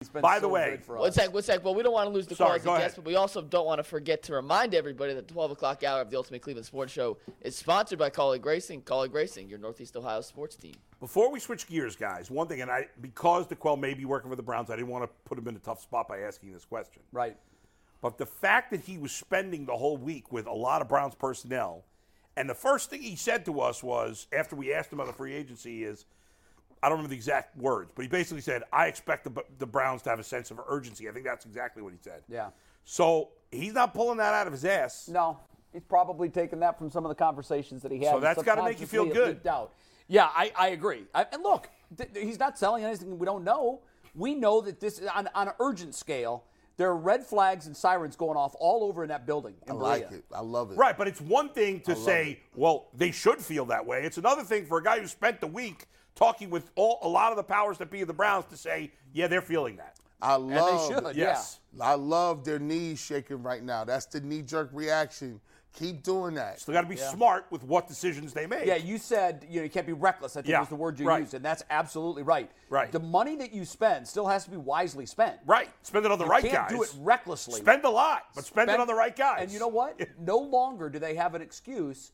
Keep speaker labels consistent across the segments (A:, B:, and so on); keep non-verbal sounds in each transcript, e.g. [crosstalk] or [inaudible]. A: He's been
B: By
A: so
B: the way,
A: good for
C: One
A: us.
C: sec, one sec. Well, we don't want to lose the
B: Sorry,
C: cause
B: go
C: of
B: ahead.
C: guests, but we also don't want to forget to remind everybody that the 12 o'clock hour of the Ultimate Cleveland Sports Show is sponsored by Collie Gracing. Collie Gracing, your Northeast Ohio sports team.
B: Before we switch gears, guys, one thing, and I because DeQuell may be working for the Browns, I didn't want to put him in a tough spot by asking this question.
A: Right.
B: But the fact that he was spending the whole week with a lot of Browns personnel, and the first thing he said to us was, after we asked him about the free agency, is I don't remember the exact words, but he basically said, I expect the, the Browns to have a sense of urgency. I think that's exactly what he said.
A: Yeah.
B: So he's not pulling that out of his ass.
A: No, he's probably taken that from some of the conversations that he had.
B: So
A: and
B: that's gotta make you feel
A: subconsciously it
B: good.
A: leaked Out. Yeah, I, I agree. I, and look, th- th- he's not selling anything we don't know. We know that this on, on an urgent scale. There are red flags and sirens going off all over in that building. In
D: I like
A: Berea.
D: it. I love it.
B: Right, but it's one thing to say, well, they should feel that way. It's another thing for a guy who spent the week talking with all, a lot of the powers that be of the Browns to say, yeah, they're feeling that.
D: I
A: And they
D: love.
A: should.
B: Yes.
D: I love their knees shaking right now. That's the knee jerk reaction. Keep doing that.
B: So they got to be smart with what decisions they make.
A: Yeah. yeah, you said you know you can't be reckless. I think
B: Yeah,
A: was the word you
B: right.
A: used, and that's absolutely right.
B: Right.
A: The money that you spend still has to be wisely spent.
B: right. Spend it on the
A: You
B: right
A: can't
B: guys.
A: do it recklessly.
B: Spend a lot, but spend, it
A: Spend-
B: on the right guys.
A: And you know
B: [laughs]
A: what? No longer do they have an excuse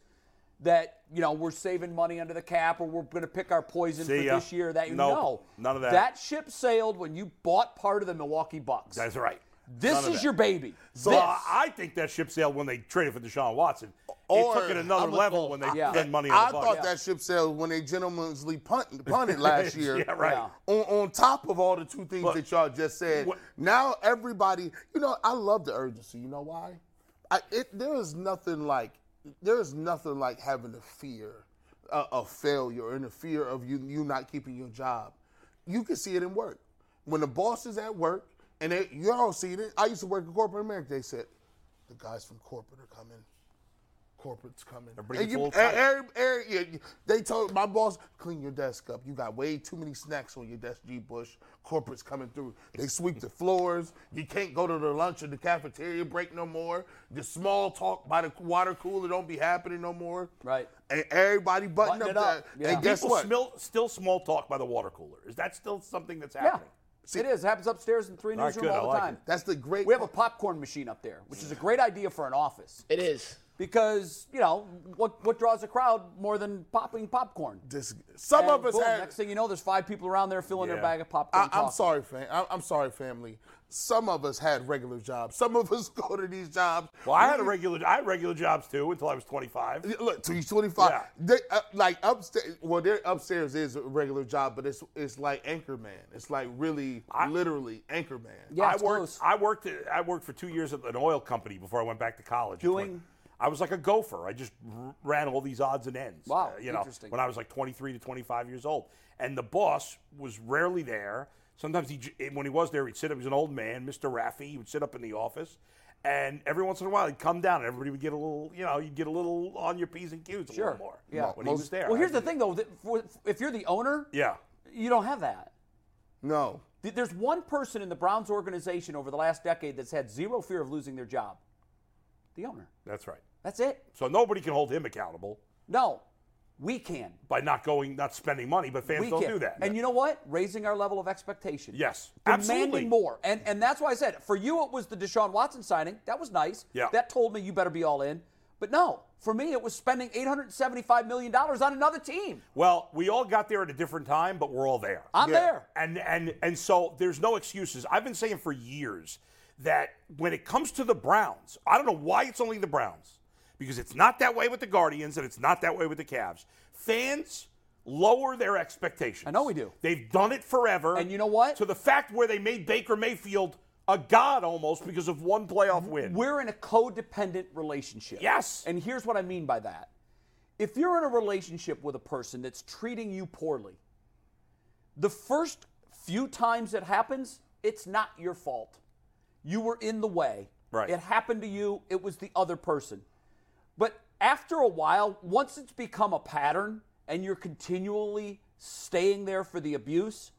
A: that you know we're saving money under the cap or we're going to pick our poison
B: See
A: for
B: ya.
A: this year. That you
B: Nope.
A: know,
B: None of that.
A: That ship sailed when you bought part of the Milwaukee Bucks.
B: That's right.
A: This
B: None of
A: is
B: that.
A: your baby.
B: So
A: this.
B: uh, I think that ship sailed when they traded for Deshaun Watson.
D: Or-
B: it took it another
D: I'm a-
B: level when they
A: Yeah.
B: spent money on
D: I
B: the
D: thought
B: Bucs.
D: that ship sailed when they gentlemanly punt, punted last
B: [laughs]
D: year.
B: yeah, right.
A: Yeah.
D: on, on top of all the two things
B: But-
D: that y'all just said,
B: What-
D: now everybody, you know, I love the urgency. You know why? I, it, there is nothing like there is nothing like having a fear uh, of failure and the fear of you you not keeping your job. You can see it in work when the boss is at work and they, you all see it. I used to work in corporate America. They said the guys from corporate are coming. Corporate's coming.
B: bringing
D: And you-
B: full
D: and
B: tight.
D: every- every- yeah, you- they told my boss, clean your desk up. You got way too many snacks on your desk, G. Bush. Corporate's coming through. They sweep the floors. You can't go to the lunch or the cafeteria break no more. The small talk by the water cooler don't be happening no more.
A: Right.
D: And everybody button,
A: Button it
D: up,
A: up.
D: there.
A: Yeah.
D: And guess
B: People
D: what?
B: smell- still small talk by the water cooler. Is that still something that's
A: yeah,
B: happening?
A: it is. It happens upstairs in three
B: All right,
A: newsroom
B: good. I
A: all the
B: like
A: time.
B: it.
D: That's the great.
A: We have a popcorn machine up there, which is a great idea for an office
C: It is.
A: because you know what what draws a crowd more than popping popcorn.
D: this, some
A: And
D: of us
A: boom,
D: have.
A: next thing you know, there's five people around there filling
B: Yeah.
A: their bag of popcorn.
D: I, I'm
A: talking.
D: sorry, fam. I, I'm sorry, family. Some of us had regular jobs. Some of us [laughs] go to these jobs.
B: Well, I had a regular. I had regular jobs too until I was 25.
D: Look, till you're 25.
B: Yeah.
D: They, uh, like upstairs, well, their upstairs is a regular job, but it's it's like Anchorman. It's like really, literally Anchorman.
A: Yeah,
B: I
A: it's
B: worked.
A: close.
B: I worked. I worked for two years at an oil company before I went back to college. It's
A: Doing-
B: when- I was like a gopher. I just r- ran all these odds and ends. uh,
A: Wow,
B: you know,
A: interesting.
B: When I was like 23 to 25 years old, and the boss was rarely there. Sometimes he, j- eh, when he was there, he'd sit up. He was an old man, Mr. Raffi. He would sit up in the office, and every once in a while, he'd come down, and everybody would get a little. You know, you'd get a little on your p's and q's a
A: Sure.
B: little more.
A: Yeah.
B: when he was there.
A: Well, here's
B: I-
A: the thing, though. that for- If you're the owner,
B: Yeah.
A: you don't have that.
D: No.
A: Th- There's one person in the Browns organization over the last decade that's had zero fear of losing their job the owner.
B: That's right.
A: That's it.
B: So nobody can hold him accountable
A: No, we can.
B: by not going, not spending money, but fans
A: we
B: don't
A: can.
B: do that.
A: And you know what? Raising our level of expectation.
B: Yes,
A: Demanding
B: absolutely.
A: more. And and that's why I said for you it was the Deshaun Watson signing. That was nice.
B: Yeah.
A: That told me you better be all in. But no, for me it was spending $875 million on another team.
B: well, we all got there at a different time, but we're all there.
A: I'm
D: Yeah.
A: there.
B: and and and so there's no excuses. I've been saying for years that when it comes to the Browns, I don't know why it's only the Browns because it's not that way with the Guardians and it's not that way with the Cavs. Fans lower their expectations. I
A: know we do.
B: They've done it forever.
A: And you know what?
B: To the fact where they made Baker Mayfield a god almost because of one playoff win.
A: We're in a codependent relationship.
B: Yes.
A: And here's what I mean by that. If you're in a relationship with a person that's treating you poorly, the first few times it happens, it's not your fault. You were in the way.
B: Right.
A: It happened to you. It was the other person. But after a while, once it's become a pattern and you're continually staying there for the abuse,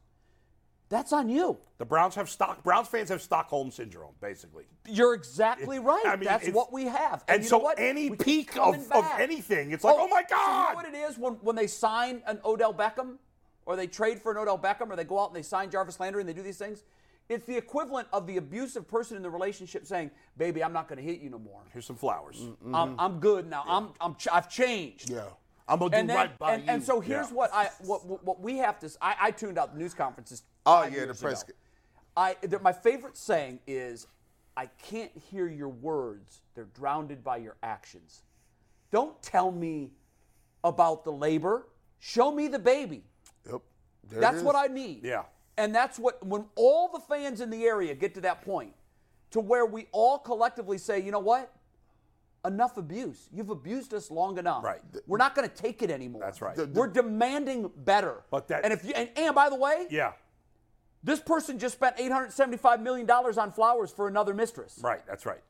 A: that's on you.
B: The Browns have stock. Browns fans have Stockholm syndrome, basically.
A: You're exactly right.
B: [laughs] I mean,
A: That's
B: it's-
A: what we have.
B: and
A: you
B: so
A: know what?
B: any
A: We keep
B: peak
A: coming
B: of- of
A: back.
B: anything, it's like, oh my
A: so
B: God.
A: you know what it is when, when they sign an Odell Beckham or they trade for an Odell Beckham or they go out and they sign Jarvis Landry and they do these things? It's the equivalent of the abusive person in the relationship saying, baby, I'm not going to hit you no more.
B: Here's some flowers.
A: I'm,
B: Mm-hmm.
A: I'm good now. I'm, I'm ch- I've changed.
D: Yeah. I'm gonna do
A: And, then-
D: right by
A: and,
D: you.
A: and so here's
B: Yeah.
A: what I what, what- what we have to. s- I, I tuned out the news conferences.
D: Oh,
A: five
D: yeah, the
A: years
D: press
A: ago.
D: ca-
A: I the, my favorite saying is, "I can't hear your words; they're drowned by your actions." Don't tell me about the labor. Show me the baby.
D: Yep. There it
A: That's
D: is.
A: what I need.
B: Yeah.
A: And that's what when all the fans in the area get to that point, to where we all collectively say, you know what? Enough abuse. You've abused us long enough.
B: Right.
A: We're not going to take it anymore.
B: That's right.
A: We're demanding better.
B: But that-
A: and if you and, and by the way,
B: Yeah,
A: this person just spent 875 million dollars on flowers for another mistress.
B: right. That's right.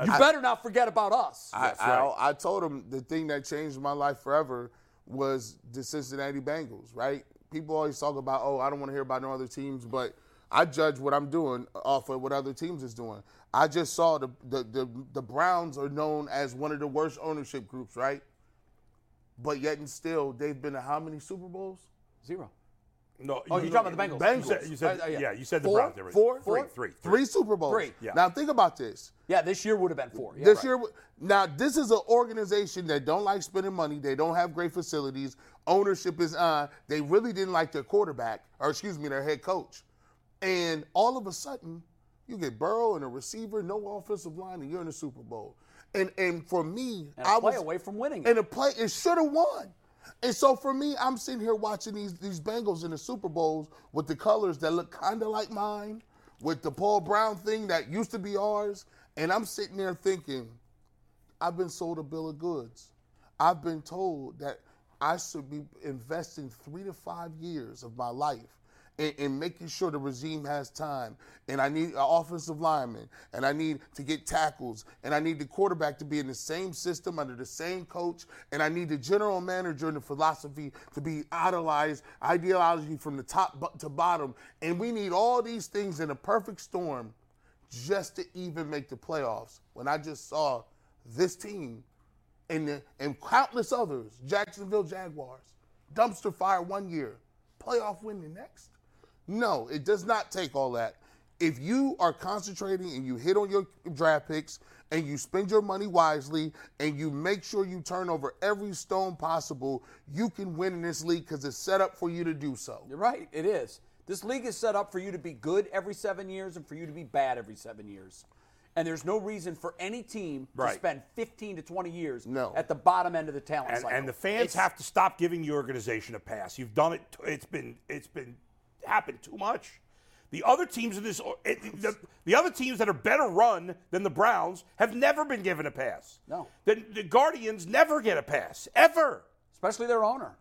A: You better not forget about us.
D: I,
B: That's right.
D: I, I told him the thing that changed my life forever was the Cincinnati Bengals, right? People always talk about, oh, I don't want to hear about no other teams, but I judge what I'm doing off of what other teams is doing. I just saw the the, the, the Browns are known as one of the worst ownership groups, right? But yet and still, they've been to how many Super Bowls?
A: Zero.
B: No,
A: Oh, you're talking about the Bengals.
B: You said, you said-
A: Uh, yeah.
B: yeah. you said the
A: Four?
B: Browns. There was
D: Four?
B: three,
D: Four?
B: three, three.
D: Three Super Bowls.
A: Three.
B: Yeah.
D: Now think about this.
A: Yeah, this year would have been four. Yeah,
D: this
A: right.
D: year, now this is an organization that don't like spending money. They don't have great facilities. Ownership is uh, they really didn't like their quarterback, or excuse me, their head coach. And all of a sudden, you get Burrow and a receiver, no offensive line, and you're in the Super Bowl. And and for me,
A: And a
D: I
A: play
D: was
A: away from winning. it.
D: and a play it should have won. And so for me, I'm sitting here watching these these Bengals in the Super Bowls with the colors that look kind of like mine, with the Paul Brown thing that used to be ours, and I'm sitting there thinking, I've been sold a bill of goods. I've been told that I should be investing three to five years of my life in, in making sure the regime has time. And I need an offensive lineman, and I need to get tackles, and I need the quarterback to be in the same system under the same coach, and I need the general manager and the philosophy to be idolized, ideology from the top bu- to bottom. And we need all these things in a perfect storm just to even make the playoffs. When I just saw this team and the, and countless others, Jacksonville Jaguars, dumpster fire one year, playoff win the next. No, it does not take all that. If you are concentrating and you hit on your draft picks and you spend your money wisely and you make sure you turn over every stone possible, you can win in this league because it's set up for you to do so.
A: You're right. It is. This league is set up for you to be good every seven years and for you to be bad every seven years. And there's no reason for any team to
B: Right.
A: spend 15 to 20 years
D: No.
A: at the bottom end of the talent
B: And,
A: cycle.
B: and the fans have to stop giving your organization a pass. You've done it. t- It's been it's been happened too much. The other teams in this, or- it, the, the other teams that are better run than the Browns have never been given a pass.
A: No.
B: the, the Guardians never get a pass ever.
A: Especially their owner.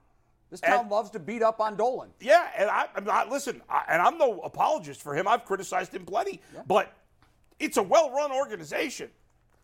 A: This town
B: And-
A: loves to beat up on Dolan.
B: Yeah, and I, I'm not listen, I, and I'm no apologist for him. I've criticized him plenty, but it's a well-run organization.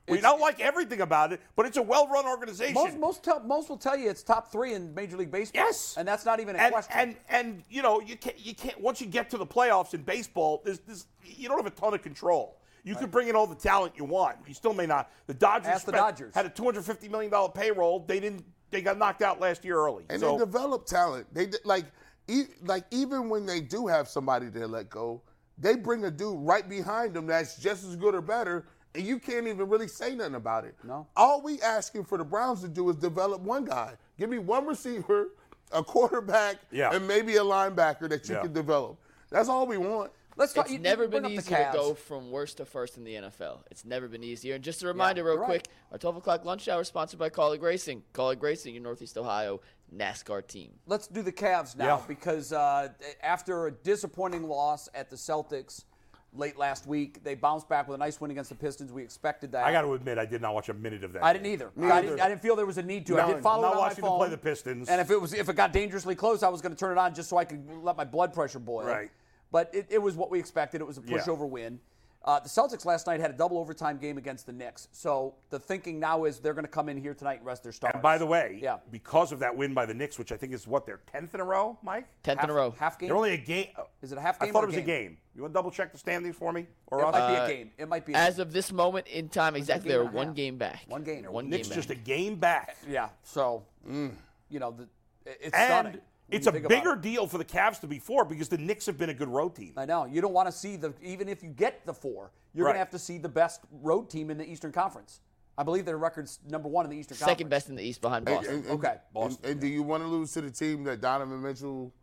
B: We don't like everything about it, but it's a well-run organization.
A: Most most, tell, most will tell you it's top three in Major League Baseball.
B: Yes,
A: And that's not even a
B: and,
A: question.
B: And and you know you can't you can't once you get to the playoffs in baseball, there's, there's you don't have a ton of control. You can bring in all the talent you want. You still may not. The Dodgers,
A: Ask the
B: spent-
A: Dodgers.
B: had a 250 million dollar payroll. They didn't. They got knocked out last year early.
D: And
B: so
D: they develop talent. They de- like, e- like even when they do have somebody they let go, they bring a dude right behind them that's just as good or better, and you can't even really say nothing about it.
A: No.
D: All we asking for the Browns to do is develop one guy. Give me one receiver, a quarterback,
B: Yeah.
D: and maybe a linebacker that you
B: Yeah.
D: can develop. That's all we want.
A: Let's talk.
C: It's
A: you- you
C: never
A: bring
C: been
A: up the
C: easier to
A: Cavs.
C: go from worst to first in the NFL. It's never been easier. And just a reminder, real
A: you're
C: quick,
A: right.
C: our 12 o'clock lunch hour is sponsored by Colleague Racing. Colleague Racing, your Northeast Ohio NASCAR team.
A: let's do the Cavs now
B: Yeah.
A: because uh, after a disappointing loss at the Celtics late last week, they bounced back with a nice win against the Pistons. We expected that.
B: I got to admit, I did not watch a minute of that.
A: I
B: game.
A: didn't either. I didn't, I didn't feel there was a need to. I
B: No,
A: did follow
B: I'm
A: it
B: not
A: on
B: watching
A: my
B: them
A: phone.
B: play the Pistons.
A: And if it was if it got dangerously close, I was going to turn it on just so I could let my blood pressure boil.
B: Right.
A: But it, it was what we expected. It was a
B: Yeah.
A: pushover win. Uh, the Celtics last night had a double overtime game against the Knicks. So the thinking now is they're going to come in here tonight and rest their starters.
B: And by the way,
A: Yeah.
B: because of that win by the Knicks, which I think is what their tenth in a row, Mike.
C: 10th in a row.
A: half game.
B: They're only a game.
A: Is it a half
B: I
A: game
B: thought
A: or
B: it was
A: a
B: a
A: game?
B: game. You want to double check the standings for me, or
A: It
B: us?
A: might be a game. It might be a
C: Uh, As
A: game.
C: of this moment in time, exactly,
A: game
C: they're
A: and a
C: one
A: half.
C: game back.
A: one game.
C: One
B: Knicks
C: game
B: just a
C: back.
B: game back.
A: Yeah. So mm. you know, the, it- it's stunning.
B: And
A: when
B: it's
A: you
B: a
A: think about
B: bigger
A: it.
B: deal for the Cavs to be four because the Knicks have been a good road team.
A: I know you don't want to see the even if you get the four, you're
B: Right.
A: going to have to see the best road team in the Eastern Conference. I believe their record's number one in the Eastern
C: Second
A: Conference.
C: best in the East behind Boston.
D: And- and-
A: Okay,
D: and-
A: Boston,
D: And, do you want to lose to the team that Donovan Mitchell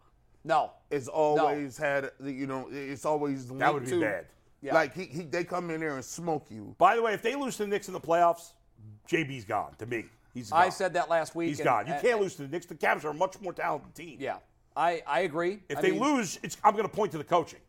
A: No,
D: has always had? You know, it's always linked
B: would be
D: to?
B: bad.
A: Yeah.
D: Like he, he, they come in there and smoke you.
B: By the way, if they lose to the Knicks in the playoffs, JB's gone. To me, he's. Gone.
A: I said that last week.
B: He's
A: and-
B: gone. You
A: and-
B: can't lose to the Knicks. The Cavs are a much more talented team.
A: Yeah, I I agree.
B: If
A: I
B: they
A: mean,
B: lose, it's, I'm going to point to the coaching,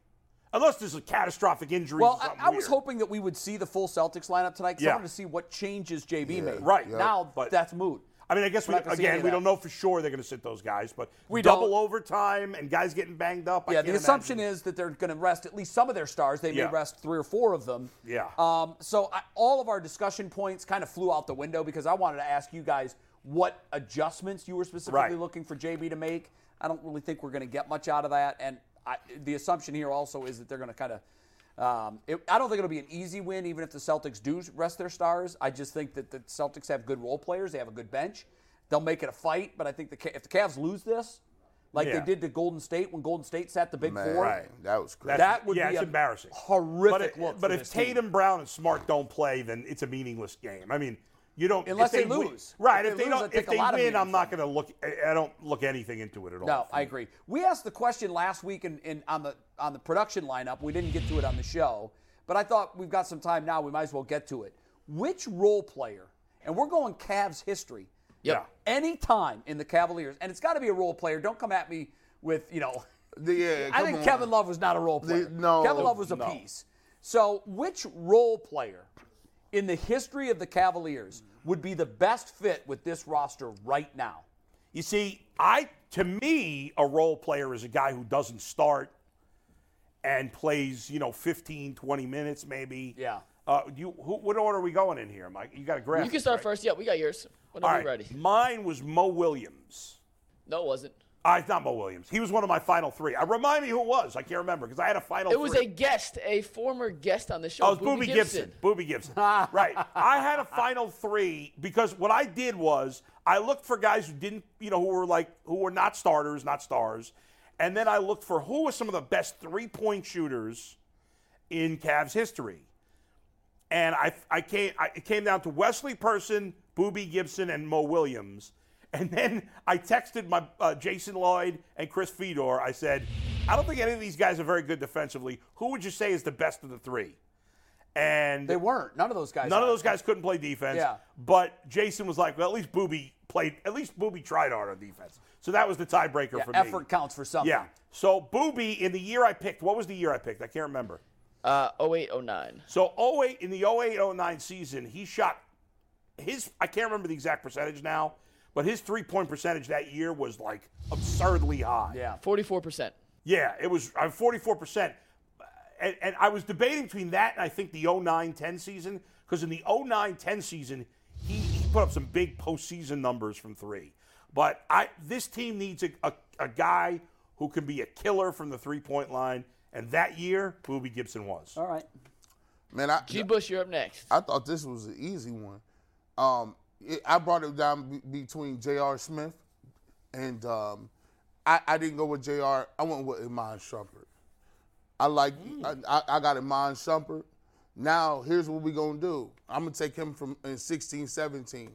B: unless there's a catastrophic injury.
A: well,
B: or
A: I,
B: something
A: I was
B: weird.
A: hoping that we would see the full Celtics lineup tonight. 'cause I
B: Yeah.
A: wanted to see what changes JB made.
B: Right. Yeah.
A: now,
B: But-
A: that's moot.
B: I mean, I guess we,
A: We're not gonna see any
B: again,
A: of
B: we
A: that.
B: don't know for sure they're going to sit those guys, but
A: We
B: double
A: don't.
B: overtime and guys getting banged up. I
A: Yeah,
B: can't
A: the assumption
B: imagine.
A: is that they're going to rest at least some of their stars. They
B: Yeah.
A: may rest three or four of them.
B: Yeah.
A: Um, so I, all of our discussion points kind of flew out the window because I wanted to ask you guys what adjustments you were specifically
B: Right.
A: looking for JB to make. I don't really think we're going to get much out of that, and I, the assumption here also is that they're going to kind of. Um, it, I don't think it'll be an easy win, even if the Celtics do rest their stars. I just think that the Celtics have good role players. They have a good bench. They'll make it a fight, but I think the, Ca- if the Cavs lose this, like
B: Yeah.
A: they did to Golden State when Golden State sat the big
D: Man,
A: four,
D: that was crazy.
B: That's-
A: that would
B: yeah,
A: be
B: it's
A: a
B: embarrassing.
A: horrific
B: but,
A: look.
B: But
A: for
B: if
A: this team.
B: Tatum, Brown, and Smart don't play, then it's a meaningless game. I mean, you don't
A: Unless
B: if
A: they
B: win-
A: lose.
B: right?
A: If
B: If,
A: they
B: they,
A: lose, I
B: don't,
A: take
B: if
A: a
B: they
A: lot of
B: win,
A: meaning
B: I'm not
A: from
B: going to look. I I don't look anything into it at all.
A: No, I agree. We asked the question last week in, in on the on the production lineup. We didn't get to it on the show, but I thought we've got some time now. We might as well get to it. Which role player? And we're going Cavs history.
C: Yep.
A: Any time in the Cavaliers, and it's got to be a role player. Don't come at me with you know.
D: The- yeah,
A: I
D: come
A: think
D: on.
A: Kevin Love was not a role player.
D: no,
A: Kevin Love was a
D: no.
A: piece. So, which role player in the history of the Cavaliers would be the best fit with this roster right now?
B: You see, I to me, a role player is a guy who doesn't start and plays, you know, 15, 20 minutes maybe.
A: Yeah.
B: Uh, you, who, what order are we going in here, Mike? You got a graph.
C: You can start first. Yeah, we got yours.
B: All
C: Whenever
B: right.
C: you're ready.
B: Mine was Mo Williams.
C: No, it wasn't.
B: Uh, it's not Mo Williams. He was one of my final three. I remind me who it was. I can't remember because I had a final.
C: It was
B: three.
C: a guest, a former guest on the show.
B: Oh, it was
C: Boobie
B: Booby Gibson. Booby
C: [laughs]
B: Gibson. right. I had a final three because what I did was I looked for guys who didn't, you know, who were like who were not starters, not stars, and then I looked for who were some of the best three-point shooters in Cavs history, and I I came I, it came down to Wesley Person, Booby Gibson, and Mo Williams. And then I texted my uh, Jason Lloyd and Chris Fedor. I said, I don't think any of these guys are very good defensively. Who would you say is the best of the three? And
A: They weren't. None of those guys.
B: none of
A: are.
B: those guys couldn't play defense.
A: Yeah.
B: But Jason was like, well, at least Booby played. At least Booby tried hard on defense. So that was the tiebreaker
A: Yeah,
B: for me.
A: effort counts for something.
B: Yeah. So Booby in the year I picked, what was the year I picked? I can't remember.
C: Uh, 0809.
B: So 08 in the 08-09 season, he shot his I can't remember the exact percentage now, but his three-point percentage that year was like absurdly high.
A: Yeah.
C: 44%.
B: Yeah, it was I'm 44%. And, and I was debating between that and I think the 09-10 season because in the 09-10 season, he, he put up some big postseason numbers from 3. But I this team needs a, a, a guy who can be a killer from the three-point line and that year, Booby Gibson was.
A: All right.
D: man. I,
C: G. Bush, you're up next.
D: I thought this was an easy one. Um, it, I brought it down be- between J.R. Smith and um, I, I didn't go with J.R. I went with Iman Shumpert. I like I, I, I got Iman Shumpert. Now here's what we gonna do. I'm gonna take him from in 16, 17.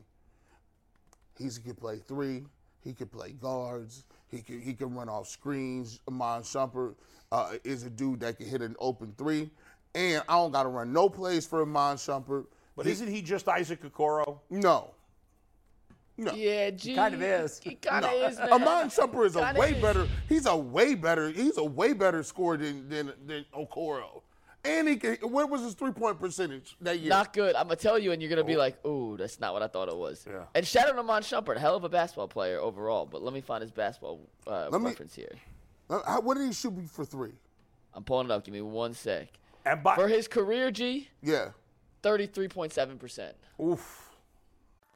D: He's, he could play three. He could play guards. He can he can run off screens. Amon Shumpert uh, is a dude that can hit an open three, and I don't got to run no plays for Amon Shumpert.
B: But isn't he just Isaac Okoro?
D: No,
C: Yeah, G.
A: kind of is.
C: He kind of
D: [laughs]
C: is. man.
D: Amon Shumpert is a
C: Kinda
D: way
C: is.
D: better. He's a way better. He's a way better scorer than than than Okoro. And he can, what was his three point percentage that year?
C: Not good. I'm gonna tell you, and you're gonna be like, "Ooh, that's not what I thought it was." Yeah. And shout out to Amon Shumpert, hell of a basketball player overall. But let me find his basketball uh,
D: me-
C: reference here.
D: Uh, how- what did he shoot for three?
C: I'm pulling it up. Give me one sec.
B: And by,
C: For his career, G,
D: Yeah.
C: 33.7%.
B: oof.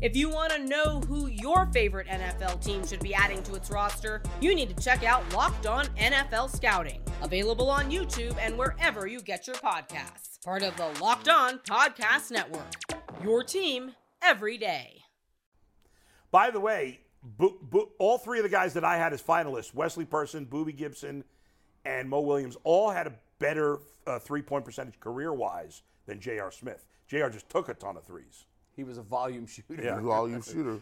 E: If you want to know who your favorite NFL team should be adding to its roster, you need to check out Locked On NFL Scouting, available on YouTube and wherever you get your podcasts. Part of the Locked On Podcast Network. Your team every day.
B: By the way, Bo- Bo- all three of the guys that I had as finalists, Wesley Person, Booby Gibson, and Mo Williams, all had a better uh, three point percentage career wise than J.R. Smith. J.R. just took a ton of threes.
A: He was a volume shooter.
B: Yeah.
D: Volume shooter.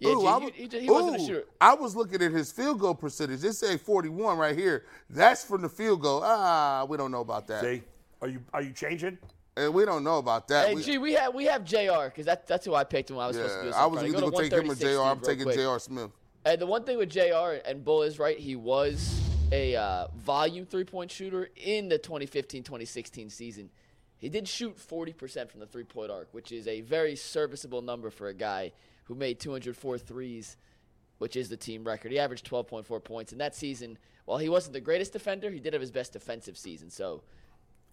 C: Yeah,
D: Ooh,
C: G,
D: I
C: you-
D: was-
C: he, he wasn't a
D: ooh,
C: shooter.
D: I was looking at his field goal percentage. It said 41 right here. That's from the field goal. Ah, we don't know about that.
B: See? Are you are you changing?
D: And we don't know about that.
C: Hey,
D: We-
C: G, we have we have Jr. because that, that's who I picked when I was supposed to do
D: yeah,
C: this.
D: I
C: on
D: was
C: Friday.
D: either
C: Go
D: gonna
C: to
D: take him
C: 136, G,
D: or Jr. I'm
C: real
D: taking
C: quick.
D: Jr. Smith.
C: And the one thing with JR and Bull is right, he was a uh, volume three point shooter in the 2015 2016 season. He did shoot 40% from the three point arc, which is a very serviceable number for a guy who made 204 threes, which is the team record. He averaged 12.4 points. And that season, while he wasn't the greatest defender, he did have his best defensive season. So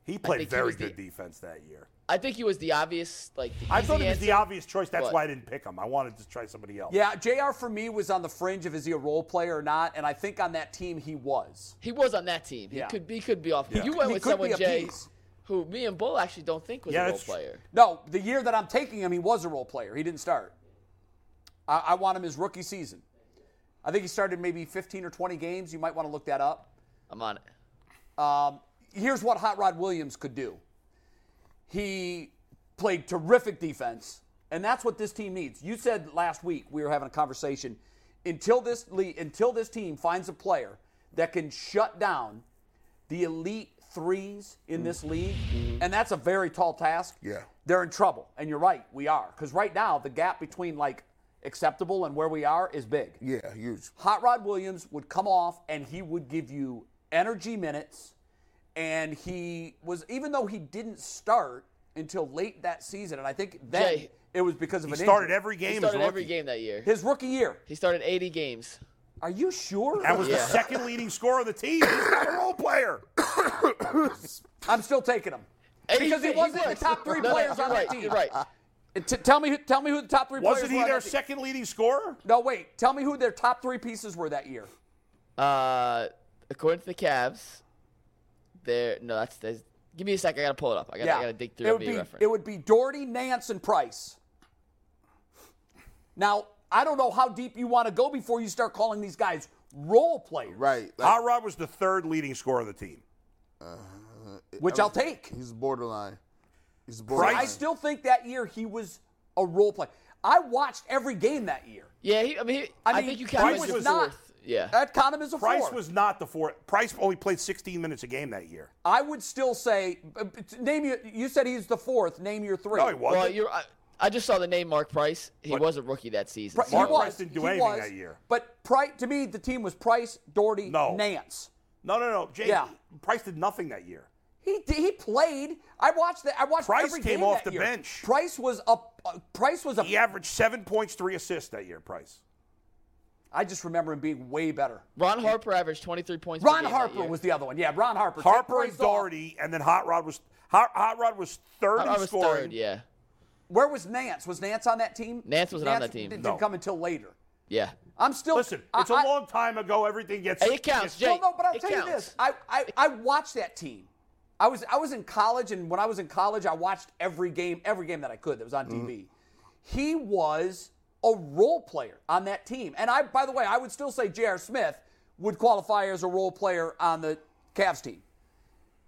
B: He
C: think he
B: played very
C: was the-
B: good defense that year.
C: I think he was the obvious, like, the
B: I
C: easy
B: thought it was the
C: answer.
B: obvious choice. That's
C: What?
B: why I didn't pick him. I wanted to try somebody else.
A: Yeah, JR for me was on the fringe of is he a role player or not, and I think on that team he was.
C: He was on that team.
A: Yeah.
C: He could be could be off. You went
A: He
C: with
A: could be
C: someone
A: a
C: Jay,
A: piece.
C: who me and Bull actually don't think was
B: Yeah,
C: a role
B: that's tr-
C: player.
A: No, the year that I'm taking him, he was a role player. He didn't start. I, I want him his rookie season. I think he started maybe 15 or 20 games. You might want to look that up.
C: I'm on it.
A: Um, here's what Hot Rod Williams could do. He played terrific defense, and that's what this team needs. You said last week we were having a conversation. Until this le- until this team finds a player that can shut down the elite threes in this league, and that's a very tall task.
D: Yeah.
A: they're in trouble, and you're right, we are, because right now the gap between like acceptable and where we are is big.
D: Yeah, huge.
A: Hot Rod Williams would come off and he would give you energy minutes. And he was, even though he didn't start until late that season, and I think then
C: Jay.
A: it was because of
B: He
A: an
B: started
A: injury.
B: every game.
C: He
B: as
C: started every
B: rookie.
C: game that year.
A: his rookie year.
C: He started 80 games.
A: Are you sure?
B: And was the
C: Yeah.
B: second leading scorer of the team. He's not a role
C: [coughs]
B: player.
A: I'm still taking him
C: And
A: because he
C: fit-
A: wasn't in the
C: was.
A: top three
C: No, no,
A: players
C: you're
A: on
C: right,
A: that team.
C: You're right.
A: And t- tell me, who, tell me who the top three
B: Wasn't
A: players
B: he
A: were. on
B: their
A: that team.
B: second leading scorer?
A: No, wait. Tell me who their top three pieces were that year.
C: Uh, according to the Cavs, there. No, that's. that's give me a sec. I gotta pull it up. I gotta, I gotta dig through
A: It
C: it
A: would
C: be
A: be
C: reference.
A: it would be Doherty, Nance, and Price. Now I don't know how deep you want to go before you start calling these guys role players,
D: Right. Like,
B: Hot Rod was the third leading scorer of the team.
A: Which I'll take.
D: he's borderline. He's borderline.
A: I still think that year he was a role player. I watched every game that year.
C: yeah, he, I mean, he, I,
A: mean,
C: think you
A: Price
C: kind of
B: was
C: was
A: not-
C: fourth. Yeah.
A: I'd count him as a
B: Price
A: four.
B: was not the fourth. Price only played 16 minutes a game that year.
A: I would still say b- b- name your, you said he's the fourth. Name your three.
B: No, he wasn't.
C: Well, you're. I, I just saw the name Mark Price. He was a rookie that season.
A: Pri-
C: so-
A: he
B: Mark
A: was,
B: Price didn't do
A: he
B: anything
A: was,
B: that year.
A: But Price, to me, the team was Price, Doherty,
B: No.
A: Nance.
B: no, no, no. Jay,
A: Yeah.
B: Price did nothing that year.
A: He d- he played. I watched that. I watched
B: Price
A: every
B: came
A: game
B: off
A: that
B: the
A: year.
B: bench.
A: Price was up. Uh, Price was up.
B: He averaged seven points, three assists that year, Price.
A: I just remember him being way better.
C: Ron Harper averaged 23 points. per
A: Ron
C: game that
A: Harper
C: year.
A: was the other one. Yeah, Ron Harper. Take
B: Harper and
A: Price off.
B: Doherty, and then Hot Rod was Hot, Hot Rod was third
C: I
B: in
C: was
B: scoring.
C: third. Yeah.
A: Where was Nance? Was Nance on that team?
C: Nance wasn't on that team.
A: Didn't
B: No.
A: come until later.
C: Yeah.
A: I'm still.
B: Listen,
A: I-
B: it's a
A: I-
B: long time ago. Everything gets.
C: Hey, it
B: gets-
C: counts, Jay.
A: Well, no, but I'll
C: It
A: tell you
C: counts.
A: this. I, I I watched that team. I was I was in college, and when I was in college, I watched every game, every game that I could that was on
C: Mm-hmm.
A: TV. He was a role player on that team, and I, by the way, I would still say J.R. Smith would qualify as a role player on the Cavs team.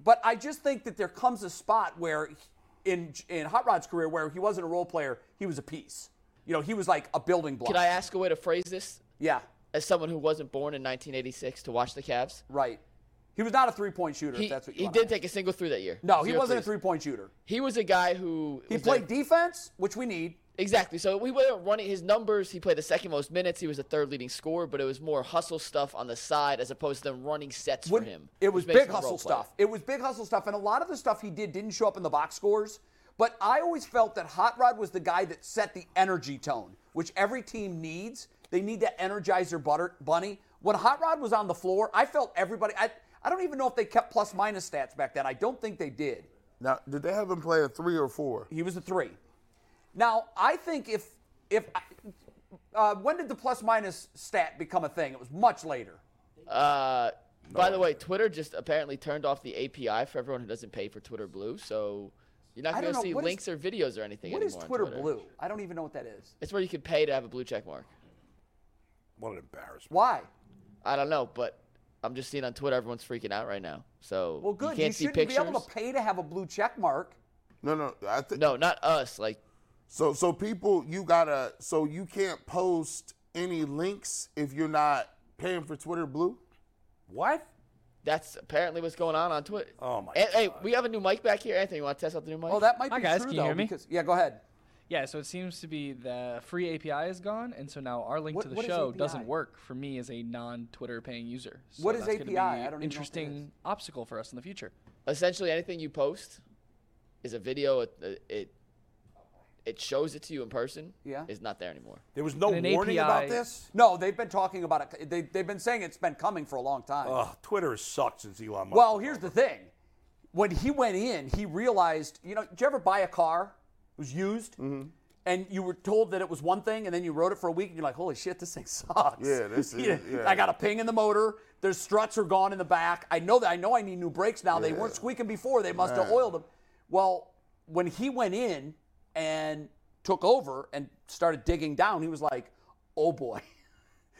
A: But I just think that there comes a spot where, he- in in Hot Rod's career, where he wasn't a role player, he was a piece. You know, he was like a building block.
C: Can I ask a way to phrase this?
A: yeah,
C: As someone who wasn't born in 1986 to watch the Cavs,
A: right. He was not a three point shooter.
C: he,
A: if that's what you
C: he
A: wanna
C: did
A: ask.
C: take a single three that year.
A: No, he
C: Zero
A: wasn't a
C: threes.
A: three point shooter.
C: He was a guy who
A: He
C: was
A: played
C: a-
A: defense, which we need.
C: Exactly. So we were running his numbers. He played the second most minutes. He was the third leading scorer, but it was more hustle stuff on the side as opposed to them running sets
A: When-
C: for him.
A: It
C: which
A: was
C: makes
A: big
C: him a role
A: hustle
C: player.
A: stuff. It was big hustle stuff, and a lot of the stuff he did didn't show up in the box scores. But I always felt that Hot Rod was the guy that set the energy tone, which every team needs. They need to energize their butter, bunny. When Hot Rod was on the floor, I felt everybody. I, I don't even know if they kept plus minus stats back then. I don't think they did.
D: Now, did they have him play a three or four?
A: He was a three. Now I think if if uh, when did the plus minus stat become a thing? It was much later.
C: Uh, by the way, Twitter just apparently turned off the API for everyone who doesn't pay for Twitter Blue, so you're not
A: I don't
C: going to
A: know,
C: see
A: what is-
C: links or videos or anything
A: What is
C: anymore. on
A: Twitter,
C: Twitter
A: Blue? I don't even know what that is.
C: It's where you can pay to have a blue check mark.
B: What an embarrassment.
A: Why?
C: I don't know, but I'm just seeing on Twitter everyone's freaking out right now. So
A: Well, good.
C: you
A: You,
C: can't see
A: shouldn't
C: pictures.
A: be able to pay to have a blue check mark.
D: No, no. I think
C: no, not us. Like
D: so. So people, you gotta. So you can't post any links if you're not paying for Twitter Blue.
B: What?
C: that's apparently what's going on on Twitter.
B: Oh, my
C: An- Hey, we have a new mic back here, Anthony. You want to test out the new mic?
A: Oh, that might be
F: Hi, guys.
A: true
F: Can you
A: though.
F: hear me?
A: Because yeah, go ahead.
F: Yeah, so it seems to be the free API is gone, and so now our link
A: What-
F: to the
A: what is
F: show
A: API?
F: doesn't work for me as a non-Twitter paying user. So
A: What is
F: that's gonna
A: API? I
F: Be
A: don't even know what that is.
F: interesting obstacle for us in the future.
C: essentially anything you post is a video. It it, it shows it to you in person.
A: Yeah.
C: it's not there anymore.
B: There was no
F: And an
B: warning about
F: API
B: this?
A: No, they've been talking about it. They, they've been saying it's been coming for a long time.
B: Ugh, Twitter has sucked since Elon Musk.
A: well,
B: took
A: here's
B: over.
A: the thing. When he went in, he realized. You know, did you ever buy a car? It was used.
D: Mm-hmm.
A: And you were told that it was one thing, and then you rode it for a week, and you're like, "Holy shit, this thing sucks!" [laughs]
D: Yeah, this is- yeah.
A: I got a ping in the motor. Their struts are gone in the back. I know that. I know I need new brakes now. They weren't squeaking before. They must have oiled them. Well, when he went in and took over and started digging down, he was like, "Oh boy." [laughs]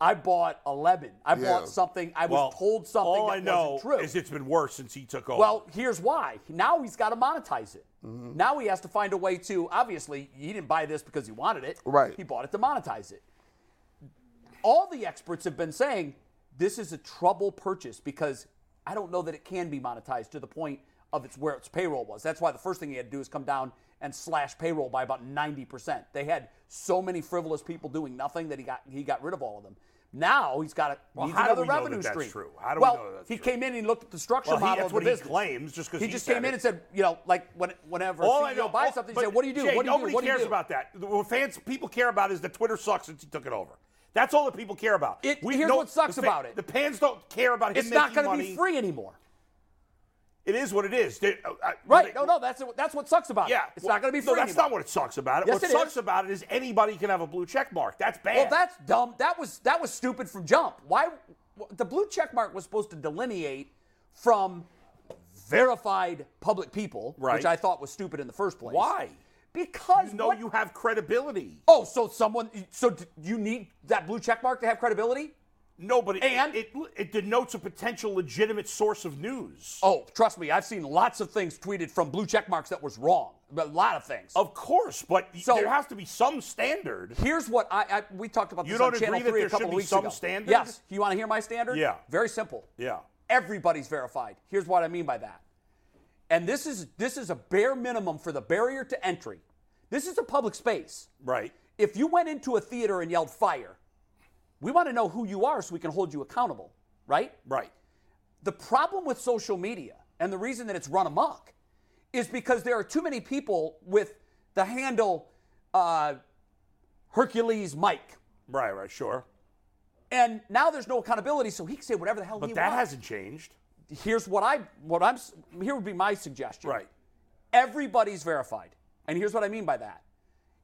A: I bought a lemon. I
D: Yeah.
A: bought something. I
B: Well,
A: was told something
B: all
A: that
B: I know
A: wasn't true.
B: is it's been worse since he took over.
A: Well, here's why. Now he's got to monetize it. Now he has to find a way to. Obviously, he didn't buy this because he wanted it.
D: Right.
A: He bought it to monetize it. All the experts have been saying this is a trouble purchase because I don't know that it can be monetized to the point of its where its payroll was. That's why the first thing he had to do is come down and slash payroll by about 90%. They had so many frivolous people doing nothing that he got he got rid of all of them. Now he's got a
B: Well,
A: needs
B: how
A: another
B: do we know that
A: revenue
B: that's
A: stream.
B: true? How do we
A: well,
B: know that that's
A: he
B: true?
A: came in and he looked at the structure
B: Well, he-
A: model
B: that's
A: of the
B: what he
A: business.
B: claims, just 'cause
A: he
B: he
A: just
B: said
A: came in
B: it.
A: and said, you know, like when, whenever a
B: All
A: CEO
B: I know,
A: buys
B: all-
A: something, he
B: but
A: said, "What do you do?
B: Jay,
A: what do you
B: nobody
A: do? What do you
B: cares
A: do?"
B: about that. What fans people care about is that Twitter sucks since he took it over. That's all that people care about.
A: It- here's
B: no-
A: what sucks
B: the
A: about it.
B: The fans don't care about him
A: It's not going
B: making
A: to
B: money.
A: be free anymore,
B: It is what it is. They- uh, I-
A: right?
B: they-
A: No, no, that's that's what sucks about
B: Yeah,
A: it. It's
B: well,
A: not going to be
B: No,
A: free
B: that's
A: anymore.
B: not what it sucks about it.
A: Yes,
B: what
A: it
B: sucks
A: is.
B: about it is anybody can have a blue check mark. That's bad.
A: Well, that's dumb. That was that was stupid from jump. Why the blue check mark was supposed to delineate from verified public people,
B: Right.
A: which I thought was stupid in the first place.
B: Why?
A: Because
B: you know
A: what-
B: you have credibility.
A: Oh, so someone so d- you need that blue check mark to have credibility?
B: No, but it,
A: And-
B: it, it denotes a potential legitimate source of news.
A: Oh, trust me, I've seen lots of things tweeted from blue check marks that was wrong. A lot of things.
B: Of course, but y-
A: So-
B: there has to be some standard.
A: Here's what I, I we talked about
B: You
A: this
B: don't
A: on
B: agree
A: Channel
B: that
A: 3
B: there
A: a couple
B: should
A: of
B: be
A: weeks
B: some
A: ago.
B: standard?
A: Yes. You want to hear my standard?
B: Yeah.
A: Very simple.
B: Yeah.
A: Everybody's verified. Here's what I mean by that. And this is this is a bare minimum for the barrier to entry. This is a public space.
B: Right.
A: If you went into a theater and yelled fire, we want to know who you are so we can hold you accountable, right?
B: Right.
A: The problem with social media and the reason that it's run amok is because there are too many people with the handle uh, Hercules Mike.
B: Right, right, sure.
A: And now there's no accountability, so he can say whatever the hell
B: But
A: he
B: that
A: wants.
B: hasn't changed.
A: Here's what I what I'm s- here would be my suggestion.
B: Right.
A: Everybody's verified, and here's what I mean by that.